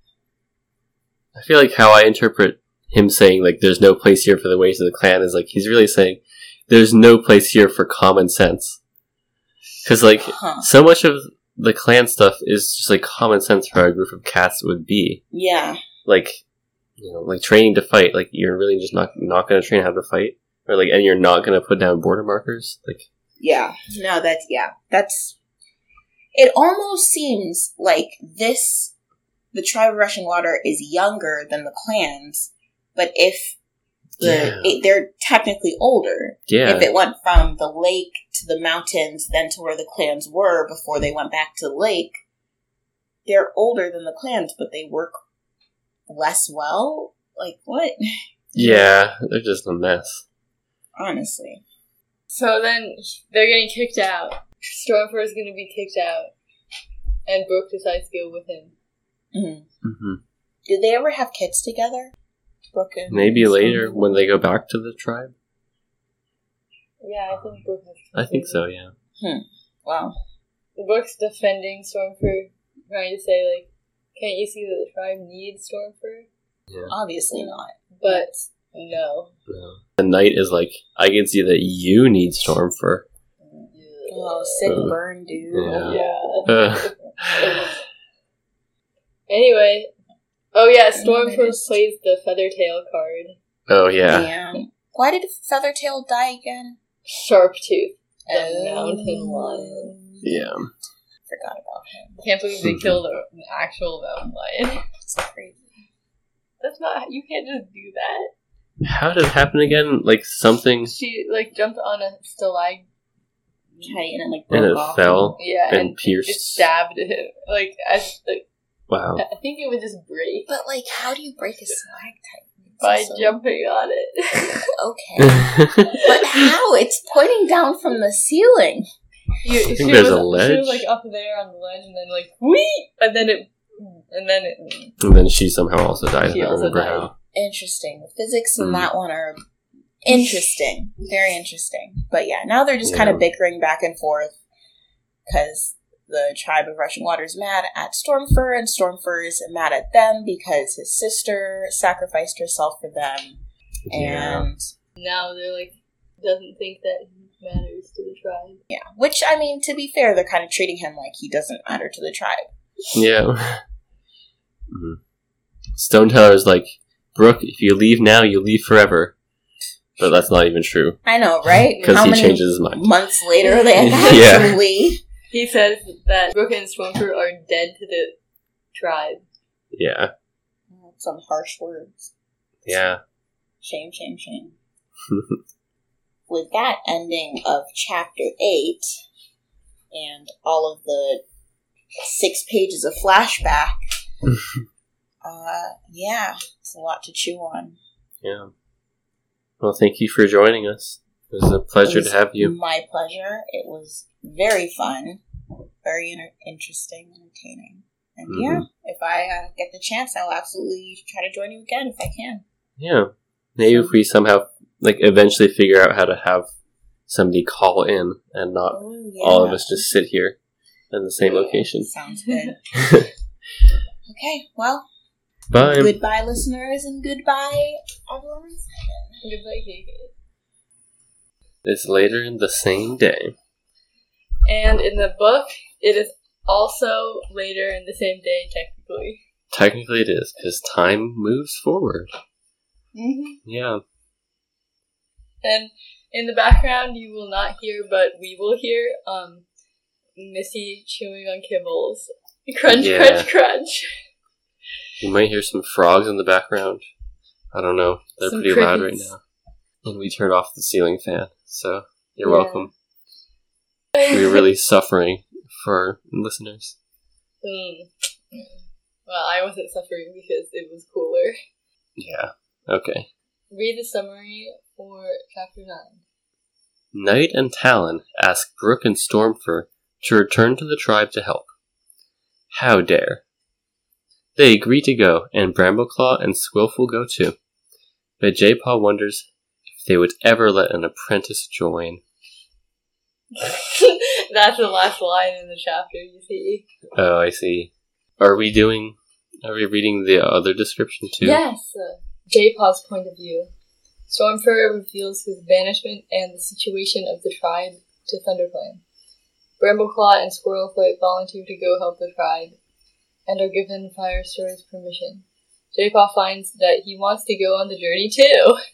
S2: I feel like how I interpret him saying like there's no place here for the ways of the clan is like he's really saying there's no place here for common sense. Cuz like
S3: huh?
S2: so much of the clan stuff is just like common sense for how a group of cats would be.
S3: Yeah,
S2: Like you know, like training to fight, like you're really just not not going to train how to fight or like and you're not going to put down border markers. Like
S3: yeah. No, that's yeah. That's. It almost seems like this the tribe of Rushing Water is younger than the clans, but if the
S2: Yeah.
S3: it, they're technically older.
S2: yeah.
S3: If it went from the lake to the mountains, then to where the clans were before they went back to the lake, they're older than the clans, but they work less well. Like what?
S2: yeah, they're just a mess.
S3: Honestly,
S1: So then they're getting kicked out. Stormfur is going to be kicked out, and Brooke decides to go with him.
S3: Mhm.
S2: hmm
S3: did they ever have kids together? Brooke and
S2: Maybe later when they go back to the tribe.
S1: Yeah, I think Brooke has.
S2: I think so, yeah.
S3: Wow.
S1: Brooke's defending Stormfur, trying to say like, "Can't you see that the tribe needs Stormfur?"
S3: Obviously not.
S1: But no.
S2: No. The knight is like, I can see that you need Stormfur.
S3: Oh, sick burn, dude.
S2: Yeah.
S1: Yeah.
S2: Uh,
S1: anyway, oh yeah,
S3: I
S1: Stormfur
S3: noticed.
S1: plays the Feathertail card,
S2: oh yeah.
S3: Damn. Why did Feathertail die again?
S1: Sharptooth, the
S3: Oh.
S1: mountain lion.
S2: Yeah.
S3: Forgot about him.
S1: Can't believe they killed a, an actual mountain lion.
S3: It's crazy.
S1: That's not you can't just do that.
S2: How did it happen again? Like something
S1: She like jumped on a stalag,
S3: Okay, and it like
S2: and it
S3: broke off.
S2: fell
S1: yeah, and,
S2: and pierced.
S1: it stabbed him. Like I like
S2: Wow.
S1: I think it would just break
S3: But like, how do you break a slag titan? It's
S1: by
S3: so-
S1: jumping on it.
S3: Okay, but how? It's pointing down from the ceiling.
S1: You,
S2: think
S1: she
S2: there's
S1: was,
S2: a
S1: She
S2: ledge.
S1: was like up there on the ledge, and then like whee, and then it, and then it.
S2: and then she somehow also died.
S1: She
S2: I don't
S1: also
S2: remember
S1: died.
S2: how.
S3: Interesting. The physics in
S2: Mm.
S3: that one are interesting, very interesting. But yeah, now they're just kind
S2: Yeah.
S3: of bickering back and forth because the tribe of Rushing Water is mad at Stormfur, and Stormfur is mad at them because his sister sacrificed herself for them.
S2: Yeah.
S3: And
S1: Now they're like doesn't think that he matters to the tribe.
S3: yeah, which I mean, to be fair, they're kind of treating him like he doesn't matter to the tribe.
S2: Yeah. Mhm. Stone Teller's like, Brooke, if you leave now, you leave forever. But that's not even true.
S3: I know, right?
S2: Because
S3: How
S2: he
S3: many
S2: changes his mind.
S3: months later they
S2: Yeah.
S3: actually
S1: He says that Brook and Stormfur are dead to the tribe.
S2: Yeah.
S3: some harsh words.
S2: Yeah.
S3: Shame, shame, shame. with that ending of chapter 8 and all of the six pages of flashback, uh, yeah, it's a lot to chew on.
S2: yeah. Well, thank you for joining us. It was a pleasure
S3: It was
S2: to have you.
S3: My pleasure. It was very fun, very inter- interesting, entertaining. And
S2: Mm-hmm.
S3: yeah, if I uh, get the chance, I'll absolutely try to join you again if I can.
S2: Yeah. Maybe if we somehow like eventually figure out how to have somebody call in and not
S3: Oh, yeah.
S2: Uh, all of us just sit here in the same location.
S3: Sounds good. okay, well,
S2: Bye.
S3: goodbye, listeners, and goodbye, everyone.
S1: Goodbye, KK.
S2: It's later in the same day.
S1: And in the book, it is also later in the same day, technically.
S2: Technically, it is because time moves forward.
S3: Mm-hmm.
S2: Yeah.
S1: And in the background, you will not hear, but we will hear um, Missy chewing on kibbles. Crunch,
S2: Yeah.
S1: crunch, crunch.
S2: You might hear some frogs in the background. I don't know. They're
S1: Some
S2: pretty loud right
S1: crickets.
S2: now. And we turned off the ceiling fan, so you're
S1: Yeah.
S2: welcome. We're really suffering for listeners.
S1: Mm. Well, I wasn't suffering because it was cooler.
S2: Yeah. Okay.
S1: Read the summary for chapter 9.
S2: Knight and Talon ask Brook and Stormfur to return to the tribe to help. How dare! They agree to go, and Brambleclaw and Squilful go too. But Jaypaw wonders if they would ever let an apprentice join.
S1: That's the last line in the chapter, you see.
S2: Oh, I see. Are we doing? Are we reading the other description too?
S1: Yes! Uh, J-Paw's point of view. Stormfur reveals his banishment and the situation of the tribe to Thunderclan. Brambleclaw and Squirrelfoot volunteer to go help the tribe and are given Firestore's permission. J-Paw finds that he wants to go on the journey too.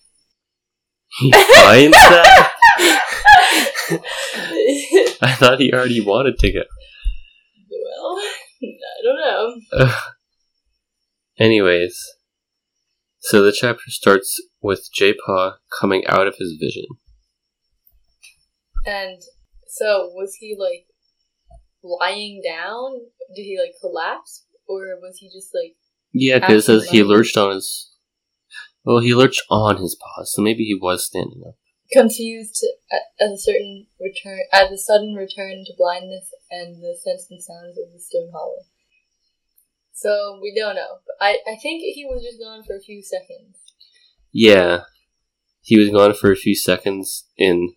S2: He finds that. I thought he already wanted to go.
S1: well, I don't know.
S2: Anyways, so the chapter starts with J-Paw coming out of his vision.
S1: And so was he like lying down? Did he like collapse? Or was he just like
S2: Yeah, because
S1: After
S2: says he
S1: lunch.
S2: lurched on his. Well, he lurched on his paws, so maybe he was standing up.
S1: confused at, at a certain return, at the sudden return to blindness and the sense and sounds of the stone hollow? So we don't know. I, I think he was just gone for a few seconds.
S2: Yeah, he was gone for a few seconds in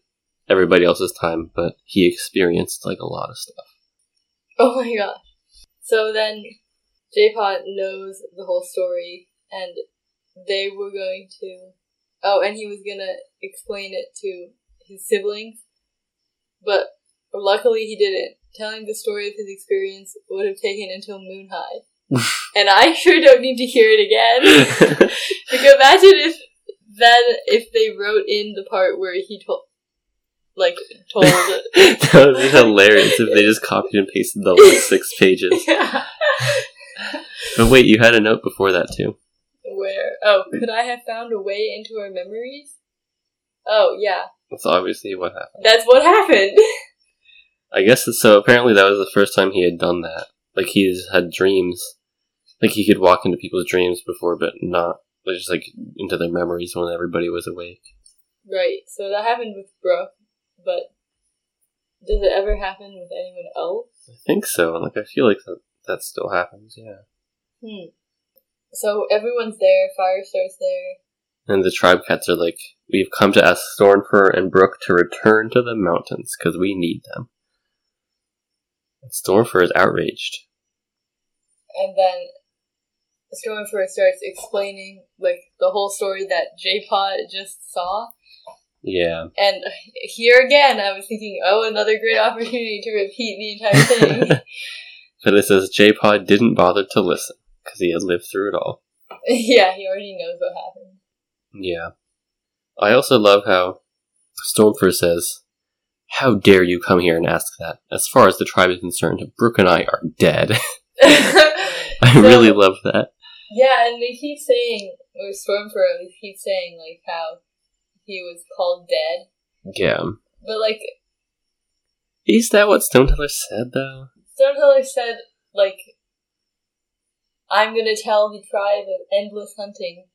S2: everybody else's time, but he experienced like a lot of stuff.
S1: Oh my gosh. So then J-Pod knows the whole story and they were going to Oh, and he was gonna explain it to his siblings. But luckily he didn't. Telling the story of his experience would have taken until moon high. and I sure don't need to hear it again. Like imagine if then if they wrote in the part where he told like told
S2: that would be hilarious if they just copied and pasted the last six pages.
S1: Yeah.
S2: But wait, you had a note before that too.
S1: Where? Oh, could I have found a way into our memories? Oh, yeah.
S2: That's obviously what happened.
S1: That's what happened!
S2: I guess so. Apparently, that was the first time he had done that. Like he's had dreams, like he could walk into people's dreams before, but not like just like into their memories when everybody was awake.
S1: right, so that happened with Brooke, but does it ever happen with anyone else?
S2: I think so. Like I feel like that, that still happens. Yeah.
S1: Hmm. So everyone's there, Firestar's there.
S2: And the tribe cats are like, we've come to ask Stormfur and Brook to return to the mountains because we need them. And Stormfur is outraged.
S1: And then Stormfur starts explaining, like, the whole story that J-Pod just saw.
S2: Yeah.
S1: And here again, I was thinking, oh, another great opportunity to repeat the entire thing.
S2: but it says J Pod didn't bother to listen because he had lived through it all.
S1: yeah, he already knows what happened.
S2: Yeah. I also love how Stormfur says, How dare you come here and ask that? As far as the tribe is concerned, Brooke and I are dead. I
S1: So-
S2: really love that.
S1: Yeah, and they keep saying, or Stormfur at least keeps saying, like, how he was called dead.
S2: Yeah.
S1: But, like,
S2: Is that what Stone Teller said, though?
S1: Stormfur said, like, I'm gonna tell the tribe of endless hunting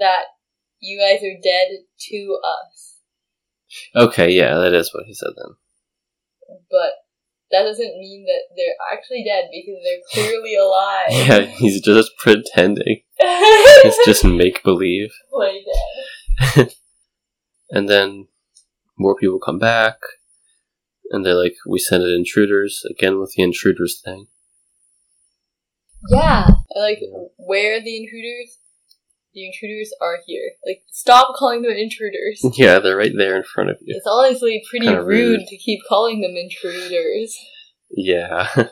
S1: that you guys are dead to us.
S2: Okay, yeah, that is what he said then.
S1: But that doesn't mean that they're actually dead because they're clearly alive.
S2: Yeah, he's just pretending. It's just make believe.
S1: Play dead.
S2: And then more people come back, and they're like, We sent in intruders, again with the intruders thing.
S1: Yeah. Like, where are the intruders? The intruders are here. Like, stop calling them intruders.
S2: Yeah, they're right there in front of you.
S1: It's honestly pretty
S2: Kinda
S1: rude,
S2: rude.
S1: to keep calling them intruders.
S2: Yeah.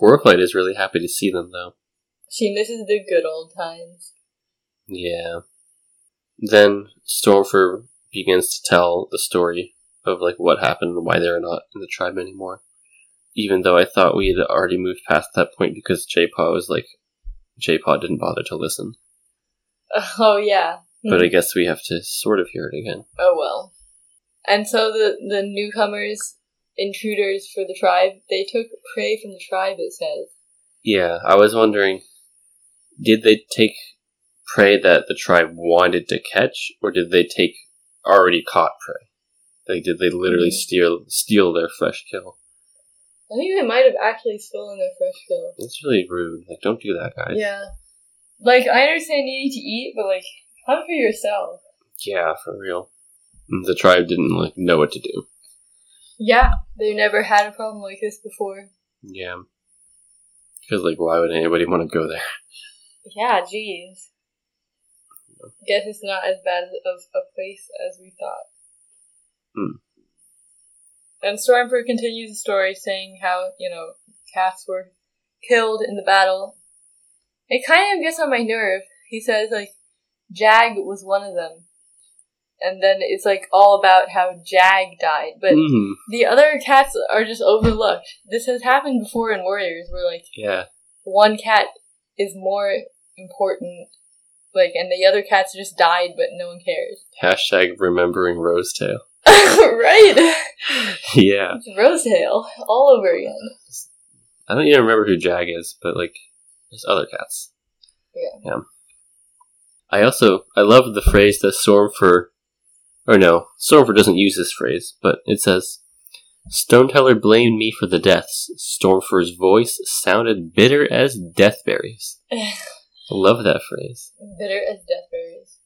S2: Squirrelflight is really happy to see them, though.
S1: She misses the good old times.
S2: Yeah. Then Stormfur begins to tell the story of like what happened and why they're not in the tribe anymore. Even though I thought we had already moved past that point because J-Paw was like, J-Paw didn't bother to listen.
S1: Oh, yeah.
S2: But I guess we have to sort of hear it again.
S1: Oh, well. And so the, the newcomers, intruders for the tribe, they took prey from the tribe, it says.
S2: Yeah, I was wondering, did they take prey that the tribe wanted to catch, or did they take already caught prey? Like, did they literally
S1: Mm-hmm.
S2: steal steal their fresh kill?
S1: I think they might have actually stolen their fresh kill.
S2: That's really rude. Like, don't do that, guys.
S1: Yeah. Like, I understand needing to eat, but, like, hunt for yourself.
S2: Yeah, for real. The tribe didn't like know what to do.
S1: Yeah. They never had a problem like this before.
S2: Yeah. Because like, why would anybody want to go there?
S1: Yeah, jeez. Guess it's not as bad of a place as we thought.
S2: Hmm.
S1: And Stormford continues the story, saying how you know cats were killed in the battle. It kind of gets on my nerve. He says like Jag was one of them, and then it's like all about how Jag died, but
S2: Mhm.
S1: the other cats are just overlooked. This has happened before in Warriors, where like
S2: Yeah.
S1: one cat is more important, like, and the other cats just died, but no one cares.
S2: Hashtag remembering Rosetail.
S1: right?
S2: yeah.
S1: It's Rosetail all over again.
S2: I don't even remember who Jag is, but like, there's other cats.
S1: Yeah.
S2: Yeah. I also I love the phrase that Stormfur, or no, Stormfur doesn't use this phrase, but it says, "Stoneteller blamed me for the deaths. Stormfur's voice sounded bitter as deathberries." I love that phrase.
S1: Bitter as deathberries.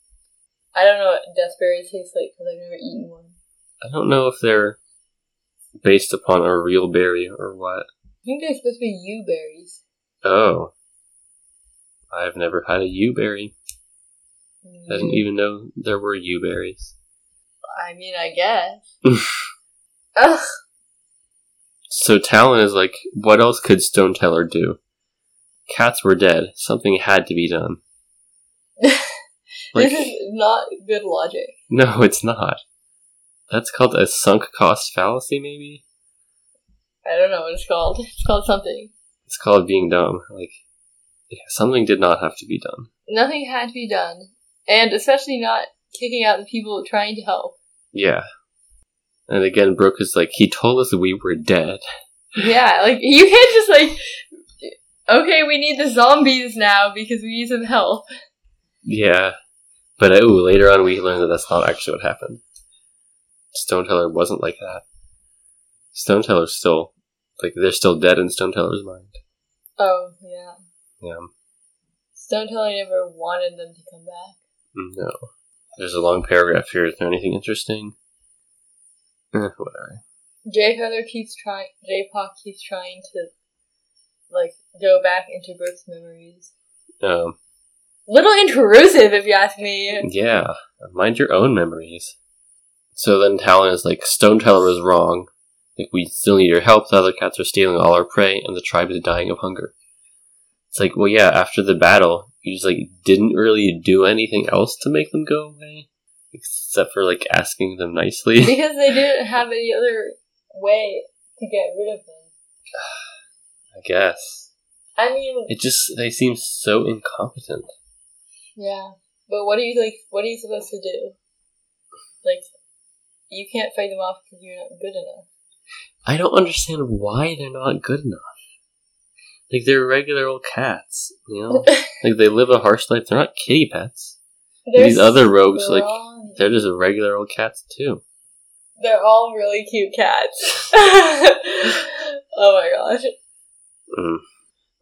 S1: I don't know what deathberry tastes like because I've never eaten one.
S2: I don't know if they're based upon a real berry or what.
S1: I think they're supposed to be yew berries.
S2: Oh. I've never had a yew berry. I didn't even know there were yew berries.
S1: I mean, I guess. Ugh.
S2: So Talon is like, what else could Stone Teller do? Cats were dead. Something had to be done. like,
S1: this is not good logic.
S2: no, it's not. That's called a sunk cost fallacy, maybe?
S1: I don't know what it's called. It's called something.
S2: It's called being dumb. Like, yeah, something did not have to be done.
S1: nothing had to be done, and especially not kicking out the people trying to help.
S2: Yeah. And again, Brooke is like, he told us we were dead.
S1: Yeah, like you can't just like, okay, we need the zombies now because we need some help.
S2: Yeah. But oh, later on we learned that that's not actually what happened. Stone Teller wasn't like that. Stone Teller's still like they're still dead in Stone Teller's mind.
S1: Oh yeah,
S2: Yeah.
S1: Stone Teller never wanted them to come back.
S2: Mm, No. There's a long paragraph here. Is there anything interesting? Eh, whatever.
S1: Jay Heather keeps trying. Jay Paw keeps trying to like go back into Brooke's memories.
S2: Um,
S1: Little intrusive, if you ask me.
S2: yeah. Mind your own memories. So then Talon is like, Stone Teller was wrong. Like we still need your help. The other cats are stealing all our prey, and the tribe is dying of hunger. It's like, well, yeah. After the battle, you just like didn't really do anything else to make them go away, except for like asking them nicely.
S1: Because they didn't have any other way to get rid of them.
S2: I guess
S1: I mean,
S2: it just they seem so incompetent.
S1: Yeah, but what are you like? What are you supposed to do? Like, you can't fight them off because you're not good enough.
S2: I don't understand why they're not good enough. Like they're regular old cats, you know. like they live a harsh life. They're not kitty pets. These other rogues,
S1: they're
S2: like
S1: all,
S2: they're just regular old cats too.
S1: they're all really cute cats. oh my gosh!
S2: Mm.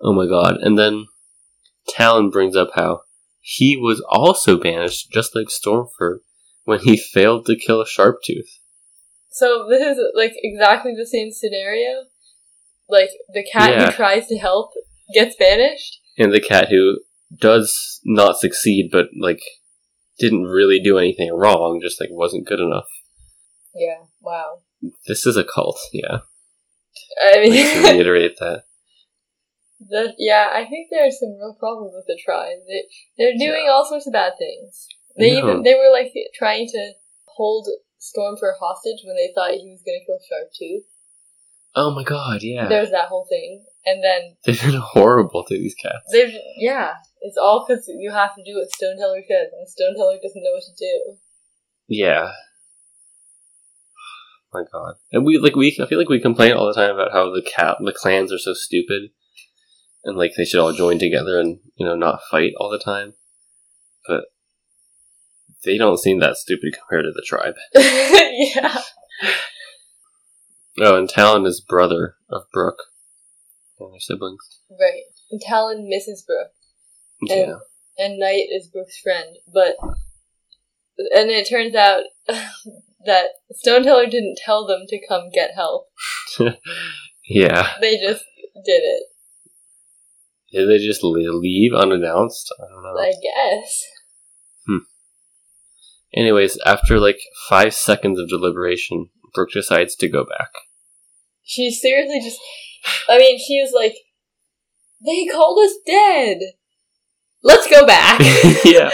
S2: Oh my god! And then Talon brings up how he was also banished, just like Stormfur, when he failed to kill a Sharptooth.
S1: So this is like exactly the same scenario. Like the cat
S2: Yeah.
S1: who tries to help gets banished.
S2: and the cat who does not succeed, but like didn't really do anything wrong, just like wasn't good enough.
S1: Yeah. Wow.
S2: This is a cult, yeah.
S1: I
S2: Like, to
S1: mean,
S2: reiterate that.
S1: the, yeah. I think there's some real problems with the tribe. They they're doing all sorts of bad things. They
S2: No.
S1: even they were like trying to hold Stormfur hostage when they thought he was gonna kill Sharptooth.
S2: Oh my god, yeah.
S1: There's that whole thing, and then
S2: They've been horrible to these cats.
S1: there's yeah, it's all because you have to do what Stoneteller says, and Stoneteller doesn't know what to do.
S2: Yeah. My God, and we like we I feel like we complain all the time about how the cat the clans are so stupid, and like they should all join together and you know not fight all the time, but they don't seem that stupid compared to the tribe.
S1: yeah.
S2: Oh, and Talon is brother of Brooke, and their siblings.
S1: Right. And Talon misses Brooke,
S2: Yeah,
S1: And- and Knight is Brooke's friend, but. And it turns out that Stoneteller didn't tell them to come get help.
S2: yeah.
S1: They just did it,
S2: Did they just le- leave unannounced? I don't know.
S1: I guess.
S2: Anyways, after like five seconds of deliberation, Brooke decides to go back.
S1: She seriously just. I mean, she was like, they called us dead! Let's go back!
S2: yeah.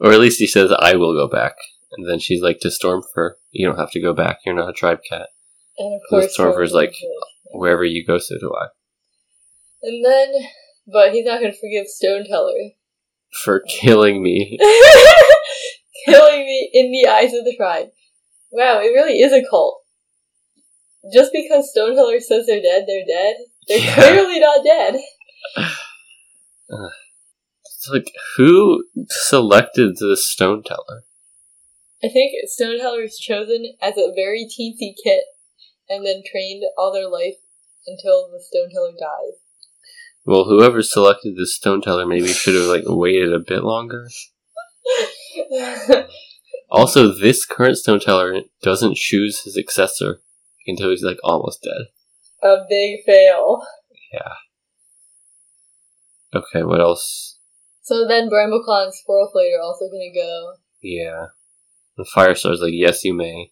S2: Or at least he says, I will go back. And then she's like to Stormfur, you don't have to go back. You're not a tribe cat.
S1: and of
S2: The
S1: course,
S2: Stormfur's
S1: Stormford's
S2: like-
S1: good.
S2: Wherever you go, so do I.
S1: And then. But he's not gonna forgive Stoneteller.
S2: For killing me.
S1: Killing me in the eyes of the tribe. Wow, it really is a cult. Just because Stoneteller says they're dead, they're dead. They're
S2: Yeah.
S1: clearly not dead.
S2: It's like, who selected this stone teller?
S1: I think Stoneteller was chosen as a very teensy kid and then trained all their life until the Stoneteller dies.
S2: Well, whoever selected this stone teller maybe should have like waited a bit longer. Also, this current stone teller doesn't choose his successor until he's like almost dead.
S1: a big fail.
S2: Okay, what else?
S1: So then Brambleclaw and Squirrelflate are also gonna go.
S2: Yeah. And Firestar's like, yes, you may.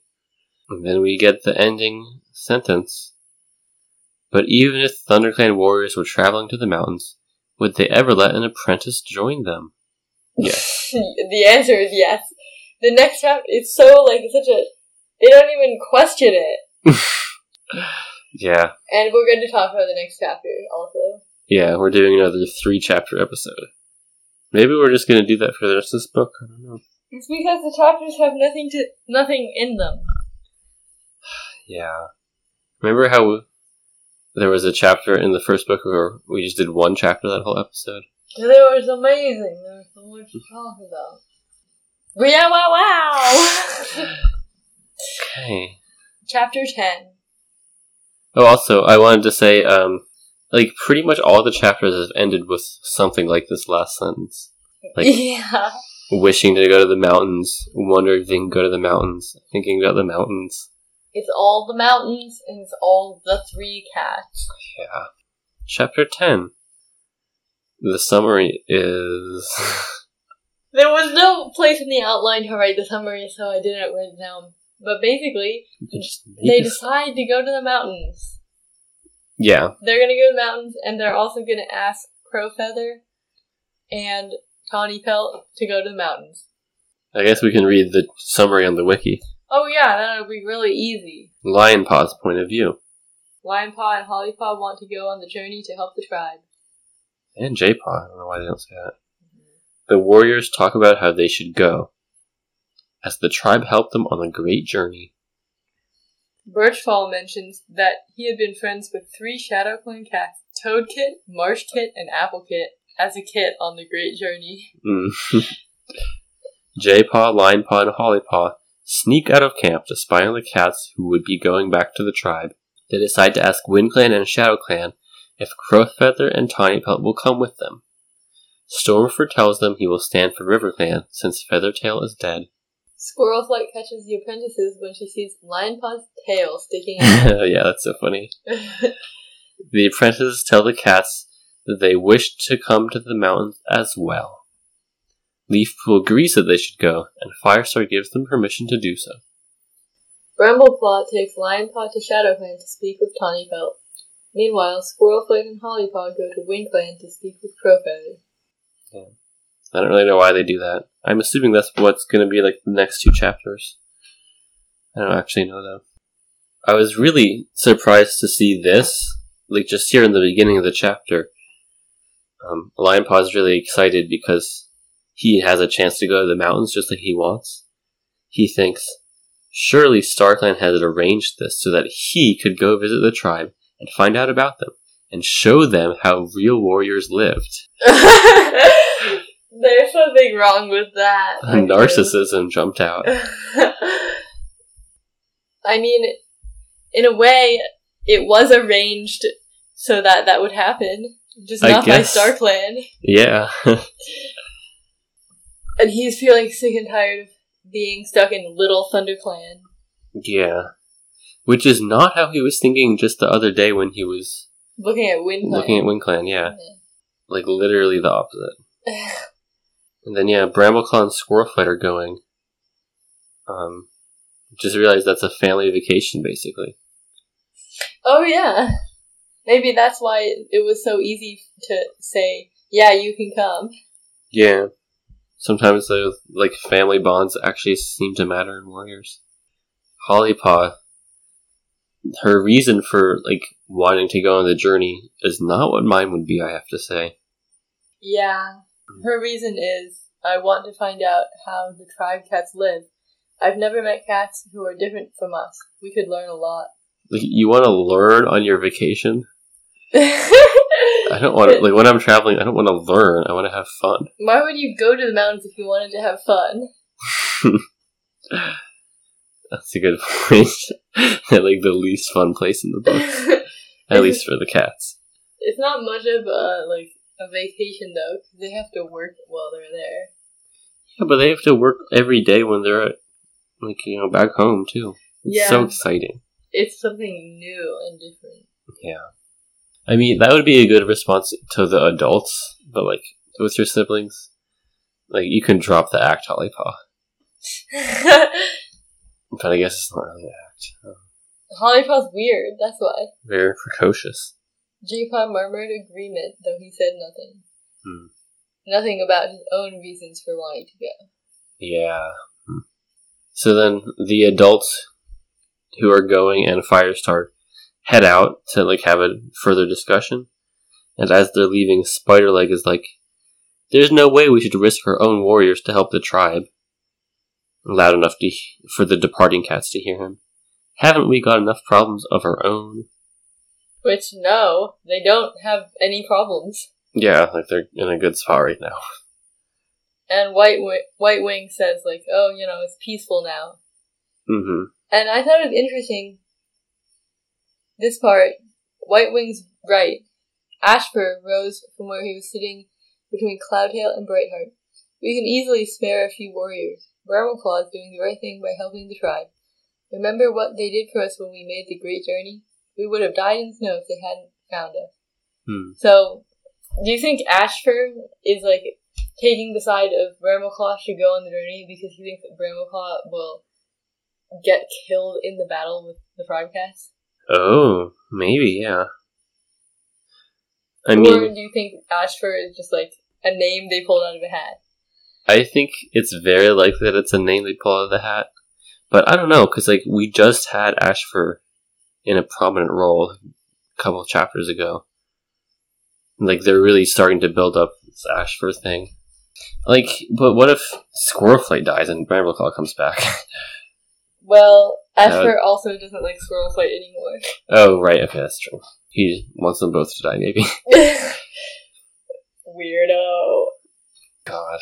S2: And then we get the ending sentence. But even if ThunderClan warriors were traveling to the mountains, would they ever let an apprentice join them? Yes.
S1: the answer is yes. The next round is so like such a they don't even question it.
S2: Yeah.
S1: And we're going to talk about the next chapter also.
S2: Yeah, we're doing another three chapter episode. Maybe we're just going to do that for the rest of this book. I don't know.
S1: It's because the chapters have nothing to nothing in them.
S2: Yeah. Remember how there was a chapter in the first book where we just did one chapter that whole episode?
S1: It was amazing. There was so much to talk about. But yeah, wow, wow.
S2: Okay.
S1: Chapter 10.
S2: Oh, also, I wanted to say, um, like, pretty much all the chapters have ended with something like this last sentence. Like-
S1: yeah.
S2: Wishing to go to the mountains, wondering if they can go to the mountains, thinking about the mountains.
S1: It's all the mountains and it's all the three cats.
S2: Yeah. Chapter 10. The summary is.
S1: There was no place in the outline to write the summary, so I didn't write it down. But basically,
S2: You can just make
S1: they
S2: it-
S1: decide to go to the mountains.
S2: yeah,
S1: They're gonna go to the mountains, and they're also gonna ask Crowfeather and Tawny Pelt to go to the mountains.
S2: I guess we can read the summary on the wiki.
S1: Oh yeah, that'll be really easy.
S2: Lion Paw's point of view.
S1: Lionpaw and Hollypaw want to go on the journey to help the tribe.
S2: And J Paw. I don't know why they don't say that. The warriors talk about how they should go. As the tribe helped them on a great journey,
S1: Birchfall mentions that he had been friends with three Shadowclan cats, Toadkit, Marshkit, and Applekit, as a kid on the Great Journey.
S2: Mm. J-Paw, Line Paw, and Holly Paw sneak out of camp to spy on the cats who would be going back to the tribe. They decide to ask Wind Clan and Shadow Clan if Crowfeather and Tawny Pelt will come with them. Stormfur tells them he will stand for River Clan since Feathertail is dead.
S1: Squirrelflight catches the apprentices when she sees Lionpaw's tail sticking out.
S2: yeah, that's so funny. The apprentices tell the cats that they wish to come to the mountains as well. Leafpool agrees that they should go, and Firestar gives them permission to do so.
S1: Brambleclaw takes Lionpaw to Shadowclan to speak with Tawny Pelt. Meanwhile, Squirrelflight and Hollypaw go to Wingclan to speak with Crowfeather.
S2: I don't really know why they do that. I'm assuming that's what's going to be like the next two chapters. I don't actually know though. I was really surprised to see this, like just here in the beginning of the chapter. Um, Lion Paw is really excited because he has a chance to go to the mountains just like he wants. He thinks, Surely Starkland had arranged this so that he could go visit the tribe and find out about them and show them how real warriors lived.
S1: There's something wrong with that.
S2: Narcissism jumped out.
S1: I mean, in a way, it was arranged so that that would happen, just
S2: I
S1: not by
S2: guess.
S1: Star Plan.
S2: Yeah.
S1: And he's feeling sick and tired of being stuck in Little Thunder Clan.
S2: yeah. Which is not how he was thinking just the other day when he was
S1: Looking at Wind Clan.
S2: looking at Wing Clan, yeah. Like literally the opposite.
S1: Yeah.
S2: And then yeah, Brambleclaw and Squirrelfoot are going. Um just realized that's a family vacation basically.
S1: oh, yeah. Maybe that's why it was so easy to say, yeah, you can come.
S2: Yeah. Sometimes those like family bonds actually seem to matter in warriors. Hollypaw her reason for like wanting to go on the journey is not what mine would be, I have to say.
S1: Yeah. Her reason is I want to find out how the tribe cats live. I've never met cats who are different from us. We could learn a lot.
S2: Like you wanna learn on your vacation? I don't want to, like, when I'm traveling, I don't want to learn. I want to have fun.
S1: Why would you go to the mountains if you wanted to have fun?
S2: That's a good point. They're, like, the least fun place in the book. At least for the cats.
S1: it's not much of a like a vacation though, 'cause they have to work while they're there.
S2: Yeah, but they have to work every day when they're, at, like, you know, back home, too. It's so exciting.
S1: it's something new and different.
S2: I mean, that would be a good response to the adults, but, like, with your siblings, like, you can drop the act, Hollypaw. But I guess it's not really an act. Um,
S1: Hollypaw's weird. That's why.
S2: Very precocious.
S1: J-Pod murmured agreement, though he said nothing.
S2: Hmm.
S1: Nothing about his own reasons for wanting to go.
S2: Yeah. So then the adults who are going and Firestar head out to like have a further discussion. And as they're leaving, Spiderleg is like, "There's no way we should risk our own warriors to help the tribe." Loud enough to, he- for the departing cats to hear him. Haven't we got enough problems of our own?
S1: Which no, they don't have any problems.
S2: Yeah, like they're in a good spot right now.
S1: And White Wi- White Wing says like, oh, you know, it's peaceful now.
S2: hmm
S1: And I thought it was interesting. This part, White Wing's right. Ashfur rose from where he was sitting between Cloudtail and Brightheart. We can easily spare a few warriors. Vermiclaw is doing the right thing by helping the tribe. Remember what they did for us when we made the great journey? We would have died in the snow if they hadn't found us.
S2: Hmm.
S1: So, do you think Ashford is like taking the side of Bramoclaw should go on the journey because he thinks that Bramoclaw will get killed in the battle with the Frogcats?
S2: Oh, maybe yeah. I
S1: or
S2: mean,
S1: do you think Ashford is just like a name they pulled out of a hat?
S2: I think it's very likely that it's a name they pull out of the hat, but I don't know because like we just had Ashford in a prominent role a couple of chapters ago. Like they're really starting to build up this Ashford thing. Like, but what if Squirrelflight dies and Brambleclaw comes back?
S1: Well,
S2: would-
S1: Ashford also doesn't like Squirrel Fight anymore.
S2: oh, right. Okay, that's true. He wants them both to die. Maybe.
S1: Weirdo.
S2: God.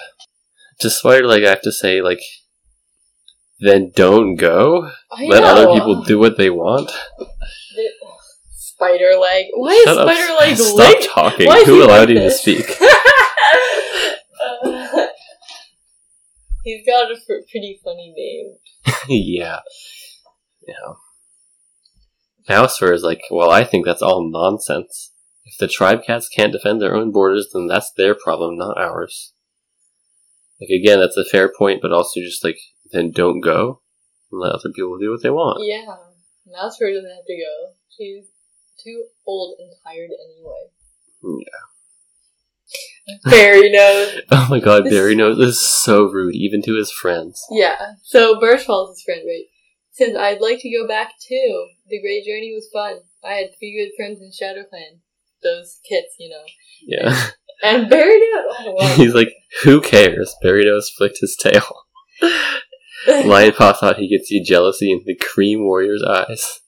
S2: To Spider, like I have to say, like, then don't go.
S1: I
S2: Let other
S1: know.
S2: people do what they want.
S1: Spider leg. Why is
S2: Shut up.
S1: spider leg
S2: Stop
S1: linked?
S2: talking.
S1: Why is he
S2: Who allowed
S1: like
S2: you to
S1: this?
S2: speak?
S1: Uh, he's got a fr- pretty funny name.
S2: yeah. Yeah. Mouser is like, well, I think that's all nonsense. If the tribe cats can't defend their own borders, then that's their problem, not ours. Like, again, that's a fair point, but also just like, then don't go and let other people do what they want.
S1: Yeah, Mousefur doesn't have to go. She's too old and tired anyway. Yeah. Fairy nose.
S2: Oh my god,
S1: This-
S2: Barry knows this is so rude, even to his friends.
S1: Yeah. So Birch Falls is friend, right? Says I'd like to go back too. The great journey was fun. I had three good friends in Shadow Clan. Those kits, you know.
S2: Yeah.
S1: And Barry Nose. Oh, wow.
S2: He's like, who cares? Barry knows flicked his tail. Lionpaw thought he could see jealousy in the cream warrior's eyes.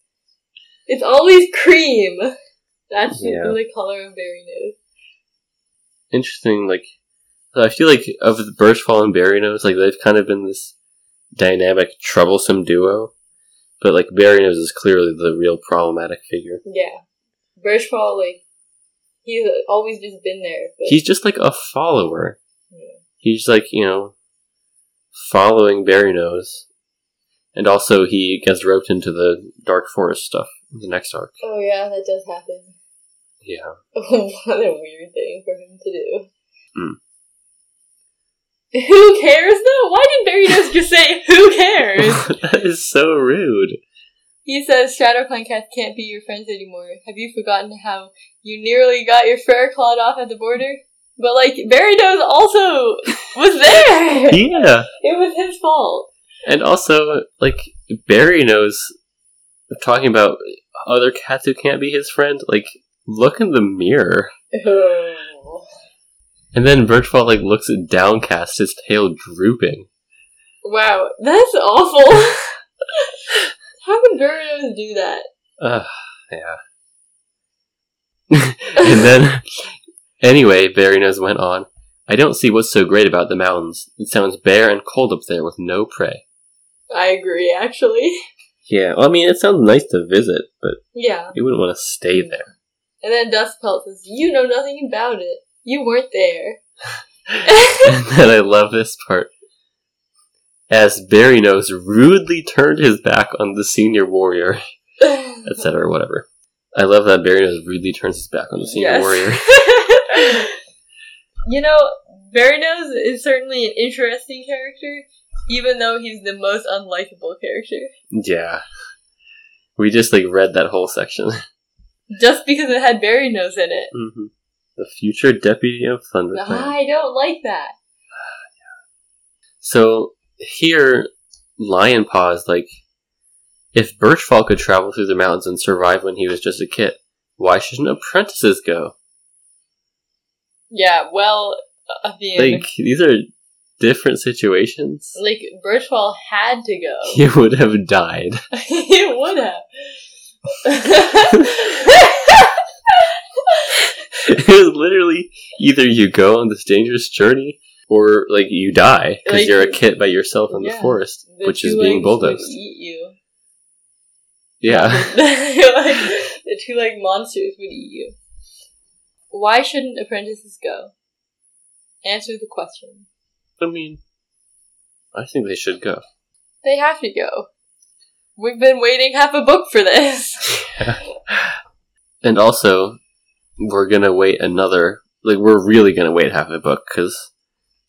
S1: It's always cream. That's
S2: Yeah.
S1: the color of berry
S2: Interesting, like, so I feel like of the Birchfall and Barrynose, like, they've kind of been this dynamic, troublesome duo. But, like, Barrynose is clearly the real problematic figure.
S1: nose. Yeah. Birchfall, like, he's always just been there. But
S2: He's just like a follower.
S1: Yeah.
S2: He's like, you know, following Barrynose. And also, he gets roped into the Dark Forest stuff, the next arc.
S1: oh yeah, that does happen.
S2: Yeah.
S1: what a weird thing for him to do.
S2: Hmm.
S1: Who cares though? Why did Barry Nose just say who cares?
S2: that is so rude.
S1: He says Shadowclan cats can't be your friends anymore. Have you forgotten how you nearly got your fur clawed off at the border? But like Barry Nose also was there. it
S2: Yeah.
S1: was his fault.
S2: And also, like, Barry knows talking about other cats who can't be his friend, like, look in the mirror. And then Birchfall, like, looks downcast, his tail drooping.
S1: wow, that's awful. how could Barry Nose do that?
S2: Ugh, yeah. and then, anyway, Barry knows went on. I don't see what's so great about the mountains. It sounds bare and cold up there with no prey.
S1: I agree, actually.
S2: Yeah, well, I mean, it sounds nice to visit, but
S1: Yeah.
S2: you wouldn't want to stay there.
S1: And then Dust Pelt says, You know nothing about it. You weren't there.
S2: and then I love this part. As Barry knows, rudely turned his back on the senior warrior, etc., whatever. I love that Barry knows rudely turns his back on the senior
S1: Yes.
S2: warrior.
S1: you know, Nose is certainly an interesting character, even though he's the most unlikable character.
S2: Yeah. We just like read that whole section.
S1: Just because it had Nose in it.
S2: Mhm. The future deputy of ThunderClan.
S1: I don't like that.
S2: So here, Lion Paw is like, if Birchfall could travel through the mountains and survive when he was just a kid, why shouldn't apprentices go?
S1: Yeah, well, uh, I mean,
S2: Like
S1: like,
S2: these are different situations.
S1: Birchfall had to go.
S2: He would have died.
S1: he would have.
S2: it was literally either you go on this dangerous journey or like you die because
S1: Like,
S2: you're a kid by yourself in
S1: yeah.
S2: the forest,
S1: The
S2: which is
S1: two
S2: being
S1: legs would
S2: bulldozed.
S1: Eat you.
S2: Yeah.
S1: like, the two legged monsters would eat you. Why shouldn't apprentices go? Answer the question.
S2: I mean, I think they should go.
S1: They have to go. We've been waiting half a book for this.
S2: And also, we're gonna wait another. Like, we're really gonna wait half a book because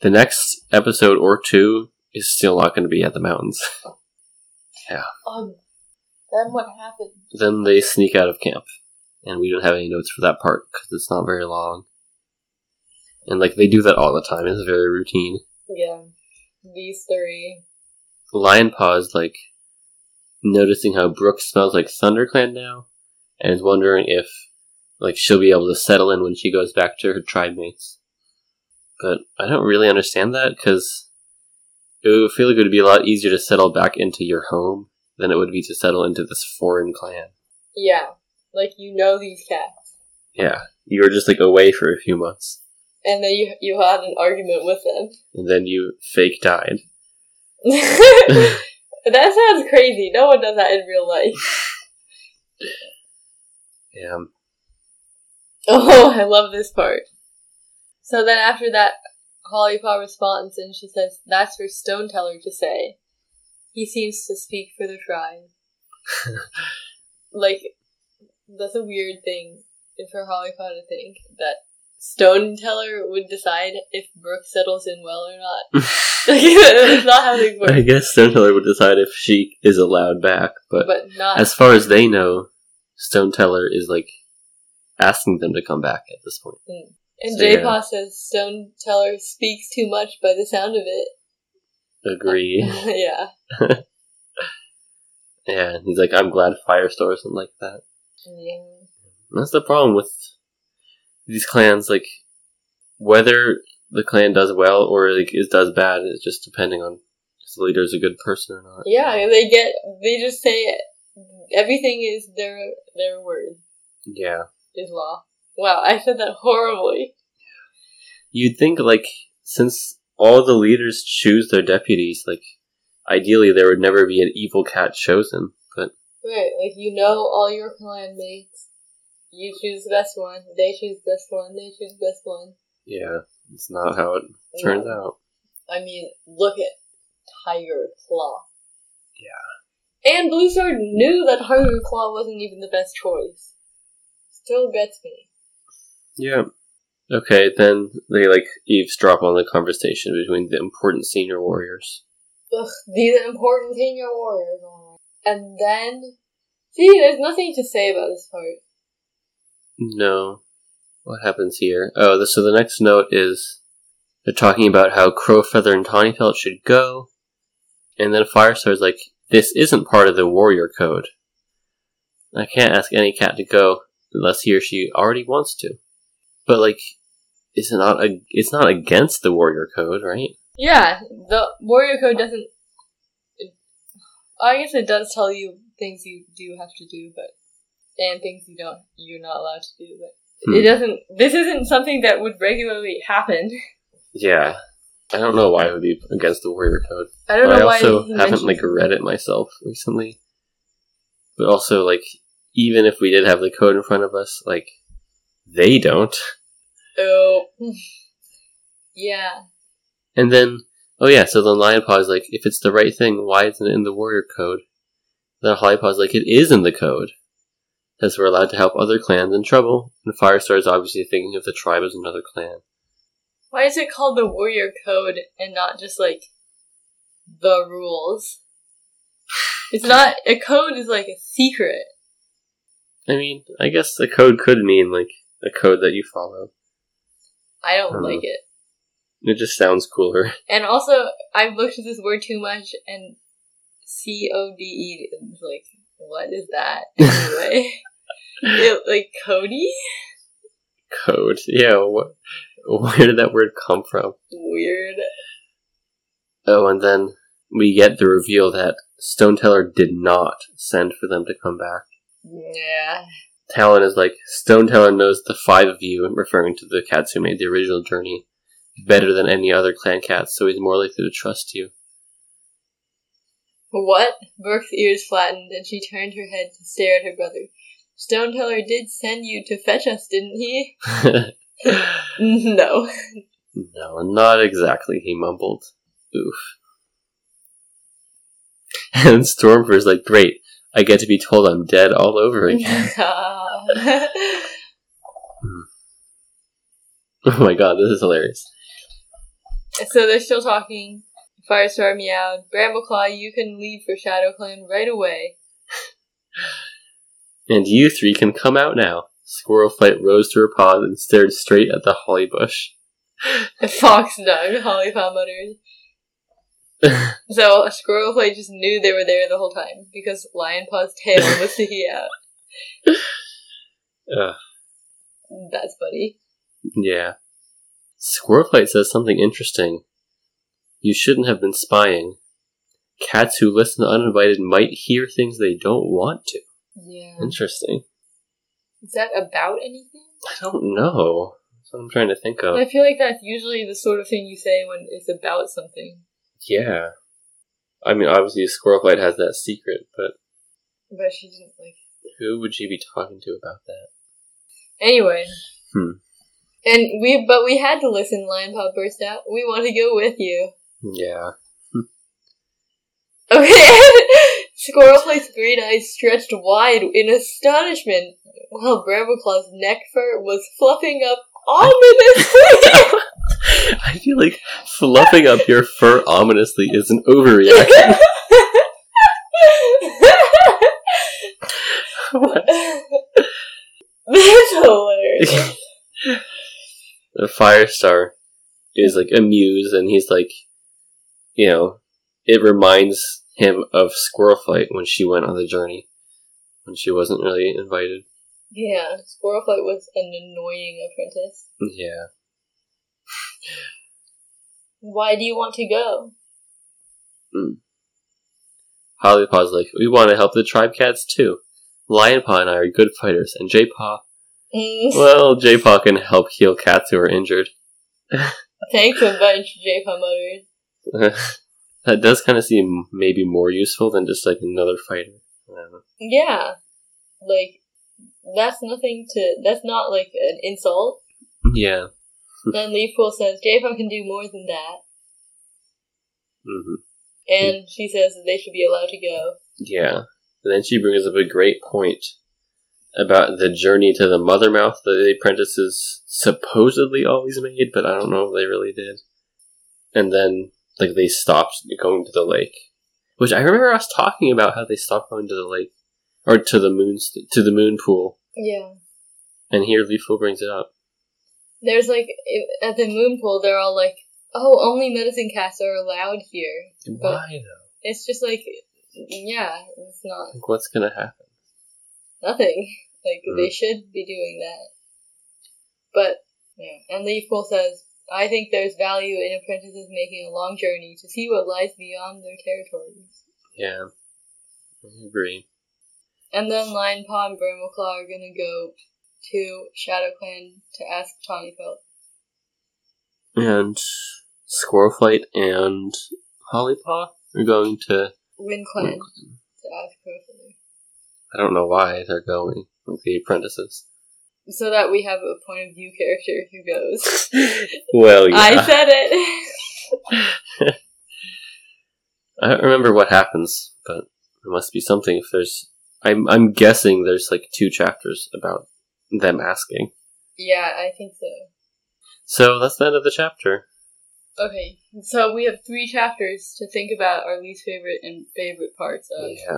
S2: the next episode or two is still not gonna be at the mountains.
S1: um, then what happened?
S2: then they sneak out of camp, and we don't have any notes for that part because it's not very long. And like they do that all the time; it's very routine.
S1: Yeah. These three.
S2: Lion Paw is like noticing how Brooke smells like ThunderClan now, and is wondering if like she'll be able to settle in when she goes back to her tribe mates. But I don't really understand that because it would feel like it would be a lot easier to settle back into your home than it would be to settle into this foreign clan.
S1: Yeah. Like, you know these cats.
S2: Yeah, you were just like away for a few months,
S1: And then you, you had an argument with them.
S2: and then you fake died.
S1: that sounds crazy. No one does that in real life.
S2: Yeah,
S1: Oh, I love this part. So then after that, Holly Paw responds and she says, That's for Stone Teller to say. He seems to speak for the tribe. like, that's a weird thing for Holly Paw to think that Stone Teller would decide if Brooke settles in well or not. like, that's not how things
S2: I
S1: work.
S2: guess Stone Teller would decide if she is allowed back, but
S1: But uh, not.
S2: As far as they know, Stone Teller is like asking them to come back at this point.
S1: and
S2: so,
S1: J
S2: yeah.
S1: Paw says Stone Teller speaks too much by the sound of it.
S2: Agree.
S1: yeah.
S2: yeah, and he's like, I'm glad Firestar isn't like that.
S1: Yeah.
S2: And that's the problem with these clans. Like, whether the clan does well or like it does bad is just depending on if the leader's a good person or not.
S1: Yeah, and they get they just say everything is their their word
S2: Yeah.
S1: is law. Wow, I said that horribly.
S2: You'd think, like, since all the leaders choose their deputies, like, ideally there would never be an evil cat chosen. But
S1: Right, like you know all your clan mates. You choose the best one. They choose the best one. They choose the best one.
S2: yeah, it's not how it turns
S1: No.
S2: out.
S1: I mean, look at Tiger Claw. Yeah. And Blue Sword knew that Tiger Claw wasn't even the best choice. Still gets me.
S2: Yeah. Okay, then they, like, eavesdrop on the conversation between the important senior warriors.
S1: Ugh, these are important senior warriors. alright. And then, see, there's nothing to say about this part.
S2: No. What happens here? Oh, the, so the next note is they're talking about how Crowfeather and Tawnyfelt should go, and then Firestar's like, "This isn't part of the warrior code. I can't ask any cat to go unless he or she already wants to." But like, it's not a, it's not against the warrior code, right?
S1: Yeah, the warrior code doesn't. It, I guess it does tell you things you do have to do, but and things you don't, you're not allowed to do. But it
S2: Hmm.
S1: doesn't. This isn't something that would regularly happen.
S2: Yeah, I don't know why it would be against the warrior code.
S1: I don't
S2: I
S1: know why.
S2: also
S1: he
S2: haven't
S1: mentioned
S2: like
S1: it.
S2: read it myself recently. But also like even if we did have the code in front of us, like they don't.
S1: Oh, yeah.
S2: And then oh yeah, so then Lion Paw's like, if it's the right thing, why isn't it in the warrior code? Then Holly Paw's like, it is in the code. As we're allowed to help other clans in trouble, and Firestar is obviously thinking of the tribe as another clan.
S1: Why is it called the warrior code and not just like the rules? It's not a code. Is like a secret.
S2: I mean, I guess the code could mean like a code that you follow.
S1: I don't
S2: Hmm.
S1: like it.
S2: It just sounds cooler.
S1: And also, I've looked at this word too much, and C O D E is like, what is that anyway? it, like Cody,
S2: code. Yeah, what, where did that word come from?
S1: weird.
S2: Oh, and then we get the reveal that Stone Teller did not send for them to come back.
S1: Yeah,
S2: Talon is like, Stone Teller knows the five of you, referring to the cats who made the original journey, better than any other clan cats, so he's more likely to trust you.
S1: what? Brooke's ears flattened, and she turned her head to stare at her brother. Stone Teller did send you to fetch us, didn't he? no.
S2: no, not exactly, he mumbled. Oof. And Stormford's like, great, I get to be told I'm dead all over again. Oh my god, this is hilarious.
S1: So they're still talking. Firestar meowed. Brambleclaw, you can leave for Shadow Clan right away.
S2: And you three can come out now. Squirrel Flight rose to her paws and stared straight at the holly bush.
S1: The fox dog, Holly Pond muttered. So Squirrelflay just knew they were there the whole time because Lion Paw's tail was sticking out.
S2: Ugh,
S1: That's funny.
S2: yeah. Squirrel Flight says something interesting. You shouldn't have been spying. Cats who listen uninvited might hear things they don't want to. Hmm.
S1: Yeah.
S2: Interesting.
S1: Is that about anything?
S2: I don't know. That's what I'm trying to think of.
S1: I feel like that's usually the sort of thing you say when it's about something.
S2: Yeah. I mean, obviously, Squirrel Flight has that secret, but
S1: But she didn't like.
S2: who would she be talking to about that?
S1: Anyway.
S2: Hmm.
S1: And we, but we had to listen. Lion Paw burst out. We want to go with you.
S2: Yeah.
S1: Okay. Squirrelfly's green eyes stretched wide in astonishment, while Brambleclaw's neck fur was fluffing up ominously.
S2: I feel like fluffing up your fur ominously is an overreaction.
S1: That's hilarious.
S2: the Firestar is like amused and he's like, you know, it reminds him of Squirrel Flight when she went on the journey. When she wasn't really invited.
S1: Yeah, Squirrelflight was an annoying apprentice.
S2: Yeah.
S1: Why do you want to go?
S2: Holly Paw's like, we want to help the tribe cats too. Lion Paw and I are good fighters, and J Paw,
S1: Mm,
S2: well, J Paw can help heal cats who are injured.
S1: Thanks a bunch, J-Paw muttered.
S2: that does kind of seem maybe more useful than just like another fighter. I don't know.
S1: Yeah. Like, that's nothing to, that's not like an insult.
S2: Yeah.
S1: Then Leafpool says, J-Paw can do more than that.
S2: hmm
S1: And she says that they should be allowed to go.
S2: Yeah. And then she brings up a great point about the journey to the mother mouth that the apprentices supposedly always made, but I don't know if they really did. And then, like, they stopped going to the lake. Which I remember us talking about how they stopped going to the lake. Or to the moon, st- to the moon pool.
S1: Yeah.
S2: And here Leafpool brings it up.
S1: There's like, i- at the moon pool, they're all like, oh, only medicine cats are allowed here.
S2: Why though?
S1: It's just like, yeah, it's not
S2: Like, what's gonna happen?
S1: nothing. Like
S2: Mm.
S1: they should be doing that. But yeah, and Leafpool says, I think there's value in apprentices making a long journey to see what lies beyond their territories.
S2: Yeah. I agree.
S1: And then Lion Paw and Vermiclaw are gonna go to Shadow Clan to ask Tawny Felt.
S2: And Squirrelflight and Hollypaw are going to
S1: Win Clan to ask Crowfeather.
S2: I don't know why they're going, like the apprentices.
S1: So that we have a point of view character who goes.
S2: Well, yeah. I,
S1: I said it.
S2: don't remember what happens, but there must be something if there's. I'm, I'm guessing there's like two chapters about them asking.
S1: yeah, I think so.
S2: So that's the end of the chapter.
S1: Okay, so we have three chapters to think about our least favorite and favorite parts of.
S2: Yeah.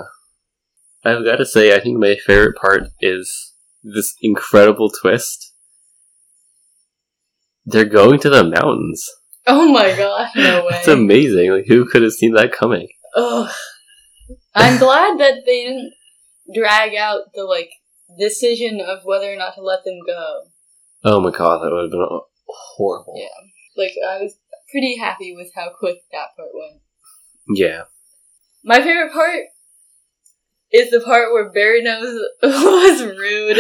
S2: I've got to say, I think my favorite part is this incredible twist. They're going to the mountains.
S1: Oh my gosh, no way.
S2: It's amazing. Like, who could have seen that coming?
S1: Ugh. I'm glad that they didn't drag out the, like, decision of whether or not to let them go.
S2: Oh my god, that would have been horrible.
S1: Yeah. Like, I was pretty happy with how quick that part went.
S2: Yeah.
S1: My favorite part is the part where Barry knows was rude.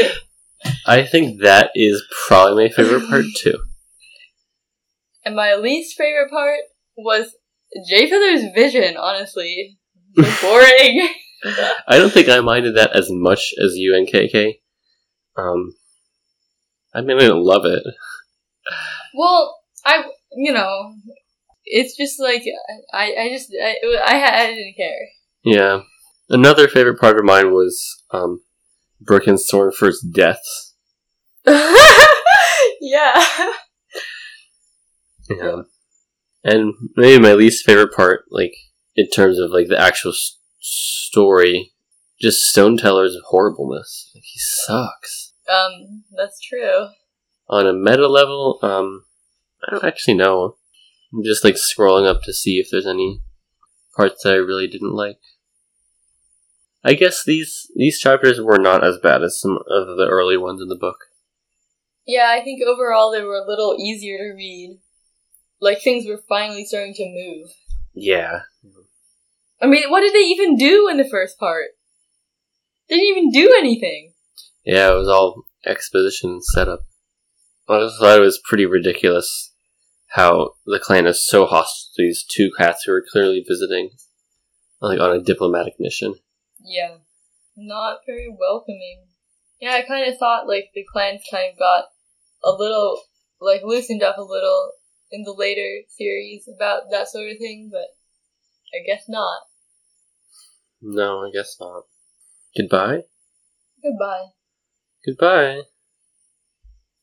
S2: I think that is probably my favorite part too.
S1: And my least favorite part was Jay Feather's vision, honestly. So boring.
S2: I don't think I minded that as much as you and KK. Um, I mean, I didn't love it.
S1: Well, I you know, it's just like I I just I I, I didn't care.
S2: Yeah. Another favorite part of mine was um, Brooke and Stormford's deaths.
S1: yeah.
S2: Yeah. Um, And maybe my least favorite part, like in terms of like the actual s- story, just Stone Teller's horribleness. Like, he sucks.
S1: Um, that's true.
S2: on a meta level, um, I don't actually know. I'm just like scrolling up to see if there's any parts that I really didn't like. I guess these these chapters were not as bad as some of the early ones in the book.
S1: Yeah, I think overall they were a little easier to read. Like things were finally starting to move.
S2: Yeah,
S1: I mean, what did they even do in the first part? They didn't even do anything.
S2: yeah, it was all exposition and setup. I just thought it was pretty ridiculous how the clan is so hostile to these two cats who are clearly visiting, like on a diplomatic mission.
S1: Yeah. Not very welcoming. Yeah, I kind of thought like the clans kind of got a little like loosened up a little in the later series about that sort of thing, but I guess not.
S2: No, I guess not. Goodbye.
S1: Goodbye.
S2: Goodbye.